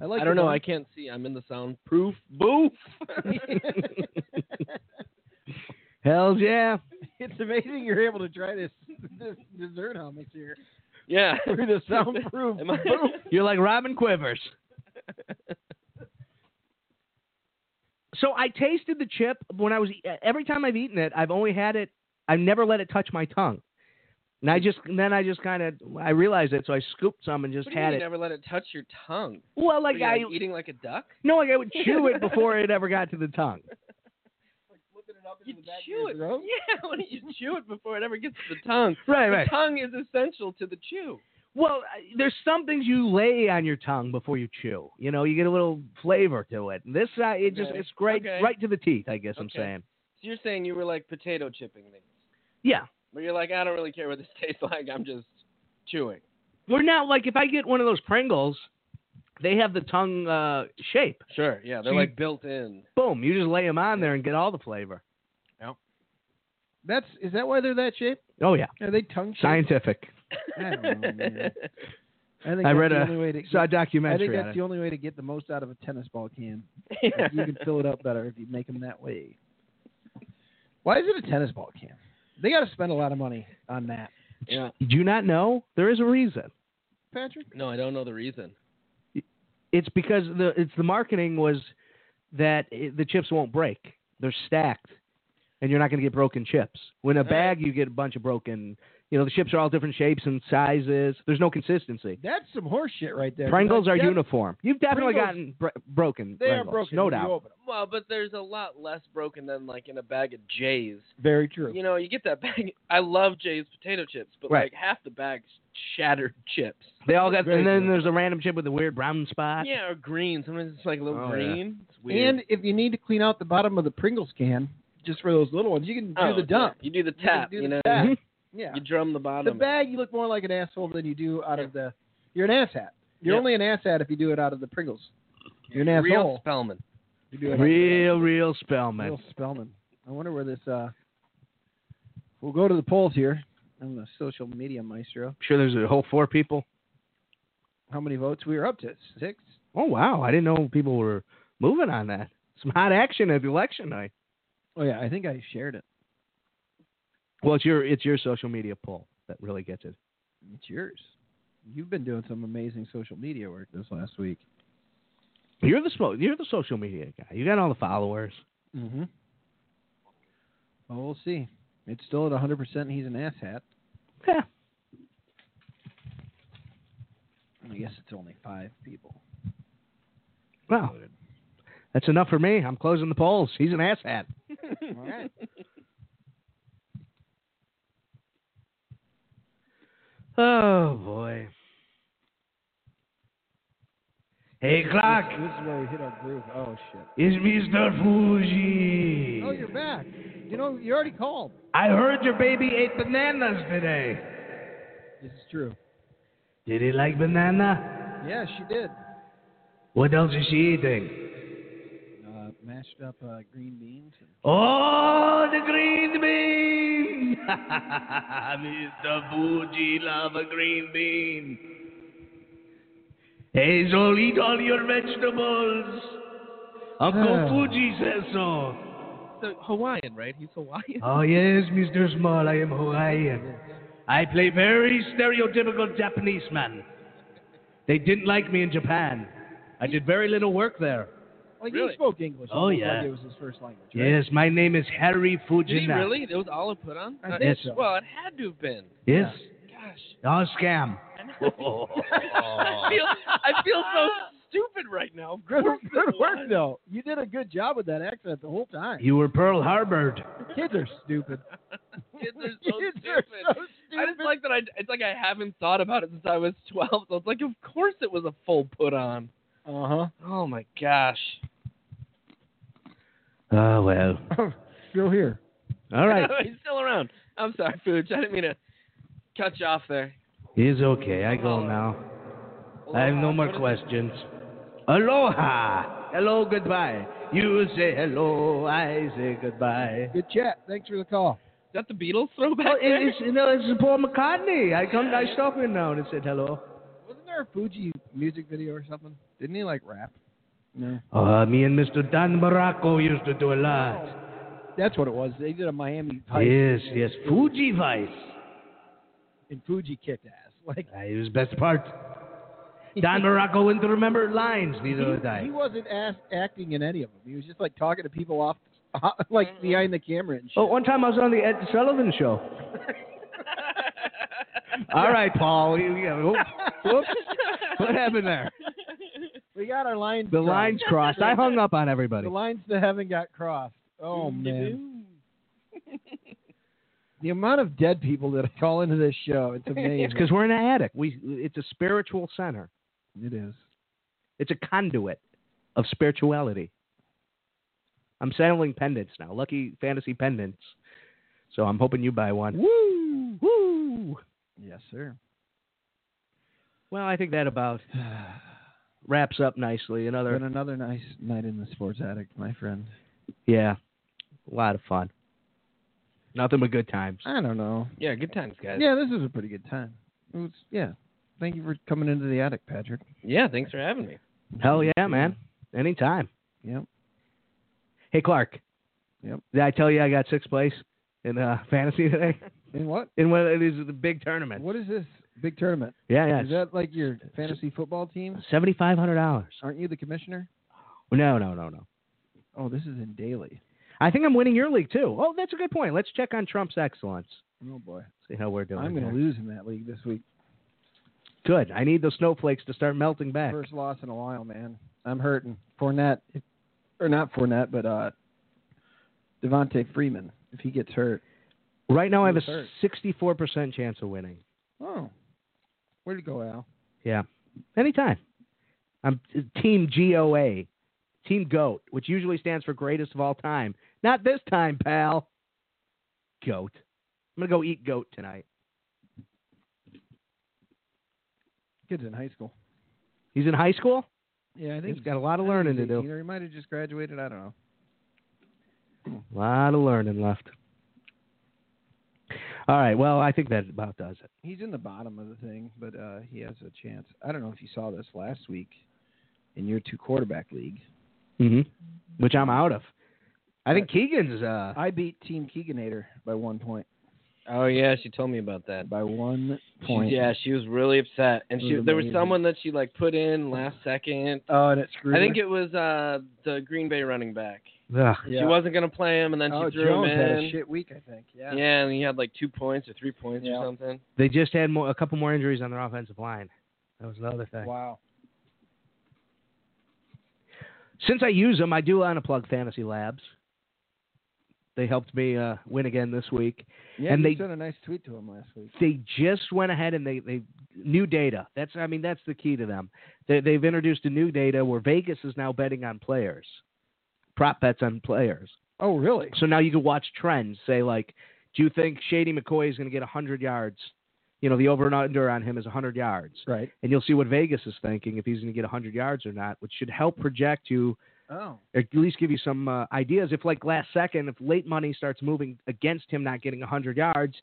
A: I like.
E: I
A: the
E: don't know.
A: bun.
E: I can't see. I'm in the soundproof booth.
D: Hell's yeah.
A: it's amazing you're able to try this this dessert hummus here
E: yeah.
A: through the soundproof.
E: Am I-
A: booth.
D: You're like Robin Quivers. So I tasted the chip when I was every time I've eaten it, I've only had it. I've never let it touch my tongue. And I just and then I just kind of I realized it, so I scooped some and just
E: What do you
D: had
E: mean
D: it.
E: never let it touch your tongue?
D: well,
E: What
D: like
E: are you,
D: I
E: like, eating like a duck.
D: no, like I would chew it before it ever got to the tongue.
E: you
A: the back of
E: chew
A: your
E: it.
A: throat?
E: Yeah, why don't you chew it before it ever gets to the tongue?
D: Right,
E: The
D: right.
E: tongue is essential to the chew.
D: Well, I- there's some things you lay on your tongue before you chew. You know, you get a little flavor to it. This, uh, it just,
E: Okay.
D: it's great,
E: Okay.
D: right to the teeth. I guess I'm
E: Okay.
D: saying.
E: So you're saying you were like potato chipping things,
D: Yeah,
E: but you're like, I don't really care what this tastes like. I'm just chewing.
D: we're not like if I get one of those Pringles, they have the tongue uh, shape.
E: Sure. Yeah, they're
D: you-
E: like built in.
D: Boom, you just lay them on there and get all the flavor.
A: That's is that why they're that shaped?
D: Oh yeah,
A: Are they tongue shaped?
D: scientific.
A: I don't know, man. I think
D: I
A: that's
D: read
A: the
D: a-
A: only way to
D: Saw a
A: get- I think
D: documentary on
A: that's
D: it.
A: the only way to get the most out of a tennis ball can.
E: Yeah.
A: Like, you can fill it up better if you make them that way. Why is it a tennis ball can? They got to spend a lot of money on that,
E: yeah.
D: Do you not know? There is a reason.
A: Patrick.
E: No, I don't know the reason.
D: It's because the it's the marketing was that it, the chips won't break. They're stacked, and you're not going to get broken chips. When a
E: All right.
D: bag, you get a bunch of broken. You know the chips are all different shapes and sizes. There's no consistency.
A: That's some horse shit right there.
D: Pringles are
A: Like, yeah,
D: uniform. You've definitely
A: Pringles-
D: gotten br- broken.
A: They are
D: Pringles,
A: broken.
D: no
A: when you
D: doubt.
A: open 'em.
E: Well, but there's a lot less broken than like in a bag of J's.
A: Very true.
E: You know, you get that bag. I love Jay's potato chips, but
D: Right.
E: like half the bag's shattered chips.
D: They all got,
A: Very
D: and then
A: good.
D: there's a random chip with a weird brown spot.
E: Yeah, or green. Sometimes it's like a little
D: Oh, yeah.
E: green. It's weird.
A: and if you need to clean out the bottom of the Pringles can, just for those little ones, you can do
E: Oh,
A: the dump.
E: yeah. You do the
A: You can
E: tap.
A: do
E: You,
A: the
E: know,
A: tap.
D: Mhm.
A: Yeah.
E: you drum the
A: the
E: bottom.
A: bag, you look more like an asshole than you do out of the. You're an asshat. You're
E: Yeah.
A: only an asshat if you do it out of the Pringles. You're an
E: Real
A: asshole.
E: Spellman.
A: if you do it out of the-
D: Real, real Spellman.
A: Real Spellman. I wonder where this. uh We'll go to the polls here. I'm the social media maestro.
D: sure there's a whole four people.
A: How many votes we were up to? Six.
D: Oh wow, I didn't know people were moving on that. Some hot action at election night.
A: Oh yeah, I think I shared it.
D: Well, it's your it's your social media poll that really gets it.
A: It's yours. You've been doing some amazing social media work this last week.
D: You're the spo- you're the social media guy. You got all the followers.
A: Mm-hmm. Well, we'll see. It's still at 100. percent He's an asshat.
D: Yeah.
A: I guess it's only five people.
D: Well, that's enough for me. I'm closing the polls. He's an asshat.
A: All right.
D: Oh boy. Hey Clark,
A: This is where we hit our groove. Oh shit.
D: it's Mr. Fuji.
A: Oh, you're back. You know, you already called.
D: I heard your baby ate bananas today.
A: This is true.
D: Did he like banana?
A: Yeah, she did.
D: What else is she eating?
A: Uh, mashed up uh, green beans. And
D: Oh, the green bean! Mr. Fuji love a green bean. Hazel, eat all your vegetables. Uncle Fuji says so.
E: The Hawaiian, right? He's Hawaiian.
D: Oh, yes, Mr. Small, I am Hawaiian. I play very stereotypical Japanese man. They didn't like me in Japan. I did very little work there.
A: like
E: Really?
A: he spoke English.
D: Oh,
A: almost
D: yeah.
A: Like it was his first language. Right?
D: Yes, my name is Harry Fujina.
E: Did he really? It was all it put on.
A: I
E: Uh,
A: think so.
E: Well, it had to have been.
D: Yes.
E: Gosh.
D: All scam.
E: I feel I feel so stupid right now. Of
A: Good,
E: course it
A: good work
E: was.
A: though. You did a good job with that accent the whole time.
D: You were Pearl Harbored.
A: Kids are stupid.
E: Kids are so
A: Kids
E: stupid.
A: are so
E: I just
A: stupid.
E: like that. I it's like I haven't thought about it since I was twelve. So it's like, of course it was a full put on.
A: Uh
E: Oh my gosh.
D: Oh, well.
A: huh. Still here.
D: All right.
E: He's still around. I'm sorry, Fooch. I didn't mean to cut you off there.
D: It's okay. I go now. I have no more questions. Aloha. Hello, goodbye. You say hello, I say goodbye.
A: Good chat. Thanks for the call.
E: Is that the Beatles throwback?
D: Oh,
E: there?
D: it, it's, you know, it's Paul McCartney. I come, I stop him now and said hello.
A: Wasn't there a Fuji music video or something? Didn't he like rap? No.
D: Uh, me and Mr. Dan Morocco used to do a lot.
A: That's what it was. They did a Miami Vice
D: Yes, yes. Fuji Vice.
A: and Fuji kicked ass. Like
D: Uh, it was best part. Don Morocco wouldn't remember lines, neither did
A: he
D: I.
A: wasn't ass- acting in any of them. He was just like talking to people off, like behind the camera and shit.
D: Oh, one time I was on the Ed Sullivan show. All right, Paul. You- you- whoop, whoops. What happened there?
A: we got our lines.
D: The
A: crossed.
D: lines crossed. I hung up on everybody.
A: The lines to heaven got crossed. Oh man. the amount of dead people that call into this show, it's amazing.
D: It's because we're an attic. We it's a spiritual center.
A: it is.
D: It's a conduit of spirituality. I'm selling pendants now, lucky fantasy pendants. So I'm hoping you buy one.
A: Woo!
D: Woo!
A: Yes, sir.
D: Well, I think that about wraps up nicely.
A: Been
D: Another,
A: another nice night in the sports attic, my friend.
D: yeah, a lot of fun. Nothing but good times.
A: I don't know.
E: Yeah, good times, guys.
A: Yeah, this was a pretty good time. It was, yeah. Thank you for coming into the attic, Patrick.
E: yeah, thanks for having me.
D: Hell yeah, man. Anytime.
A: Yep.
D: Hey, Clark.
A: Yep.
D: Did I tell you I got sixth place in uh, fantasy today?
A: And what?
D: In one of these the big tournaments.
A: What is this big tournament?
D: Yeah, yeah.
A: Is that like your fantasy football team?
D: Seventy five hundred dollars.
A: Aren't you the commissioner?
D: No, no, no, no.
A: Oh, this is in daily.
D: I think I'm winning your league too. Oh, that's a good point. Let's check on Trump's excellence.
A: Oh boy,
D: See how we're doing.
A: I'm going
D: there.
A: to lose in that league this week.
D: Good. I need those snowflakes to start melting back.
A: First loss in a while, man. I'm hurting. Fournette, if, or not Fournette, but uh, Devontae Freeman. If he gets hurt,
D: Right now, I have
A: Who's
D: a
A: hurt?
D: sixty-four percent chance of winning.
A: oh, where'd it go, Al?
D: Yeah, anytime. I'm Team GOA, Team Goat, which usually stands for Greatest of All Time. Not this time, pal. Goat. I'm gonna go eat goat tonight.
A: Kid's in high school.
D: He's in high school.
A: Yeah, I think
D: He's got a lot of learning to do.
A: Either he might have just graduated. I don't know.
D: A lot of learning left. All right. Well, I think that about does it.
A: He's in the bottom of the thing, but uh, he has a chance. I don't know if you saw this last week in your two quarterback league.
D: Mm-hmm. Which I'm out of. I think Keegan's. Uh,
A: I beat Team Keeganator by one point.
E: Oh yeah, she told me about that.
A: By one
E: She-
A: point.
E: yeah, she was really upset, and
A: It
E: she
A: was
E: there was
A: amazing.
E: someone that she like put in last second.
A: Oh, and it screwed.
E: I think it was uh the Green Bay running back.
D: ugh.
E: She wasn't gonna play him, and then she
A: oh,
E: threw
A: Jones
E: him in.
A: had a shit week, I think. Yeah.
E: yeah. and he had like two points or three points
A: Yeah.
E: or something.
D: They just had more, a couple more injuries on their offensive line. That was another thing.
A: Wow.
D: Since I use them, I do unplug Fantasy Labs. They helped me uh, win again this week.
A: Yeah,
D: And
A: you
D: they-
A: sent a nice tweet to him last week.
D: They just went ahead and they, they new data. That's I mean that's the key to them. They, they've introduced a new data where Vegas is now betting on players, prop bets on players.
A: Oh, really?
D: So now you can watch trends. Say like, do you think Shady McCoy is going to get 100 yards? You know, the over and under on him is 100 yards,
A: Right.
D: and you'll see what Vegas is thinking if he's going to get 100 yards or not, which should help project you
A: Oh.
D: or at least give you some uh, ideas. If like last second, if late money starts moving against him not getting 100 yards,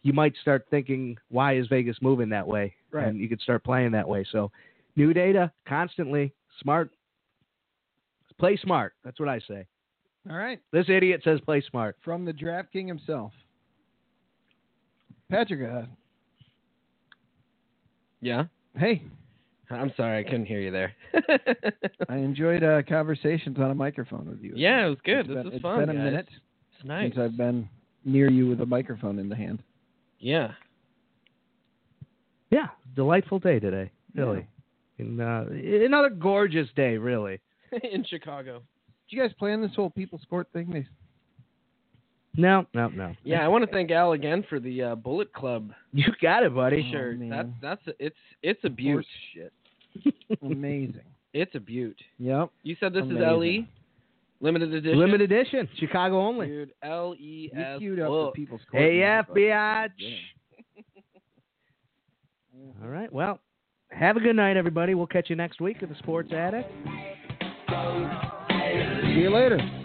D: you might start thinking, why is Vegas moving that way?
A: Right.
D: And you could start playing that way. So, new data constantly, smart. Play smart. That's what I say.
A: All right.
D: This idiot says play smart.
A: From the Draft King himself. Patrick, uh,
E: Yeah,
A: hey,
E: I'm sorry, I couldn't hear you there.
A: I enjoyed uh, conversations on a microphone with you.
E: yeah, it was good.
A: It's
E: this
A: been,
E: was
A: it's
E: fun.
A: been a
E: guys.
A: minute
E: It's nice.
A: since I've been near you with a microphone in the hand.
E: Yeah.
D: Yeah, delightful day today, really. And uh, another gorgeous day, really.
E: In Chicago.
A: Did you guys plan this whole people sport thing? They
D: No, no, no.
E: Yeah, I want to thank Al again for the uh, Bullet Club
D: you got it, buddy.
A: Oh,
E: shirt.
A: man.
E: that's that's a, it's it's a beaut.
A: Horse shit. Amazing.
E: It's a beaut.
A: yep.
E: You said this is LE
A: Amazing.
E: limited edition.
D: Limited edition, Chicago only.
E: Dude, L E
A: You
E: S.
A: queued up the
E: Bullet.
A: people's court.
D: Hey,
A: motherfucker.
D: FBI. All right. Well, have a good night, everybody. We'll catch you next week at the Sports Attic.
A: See you later.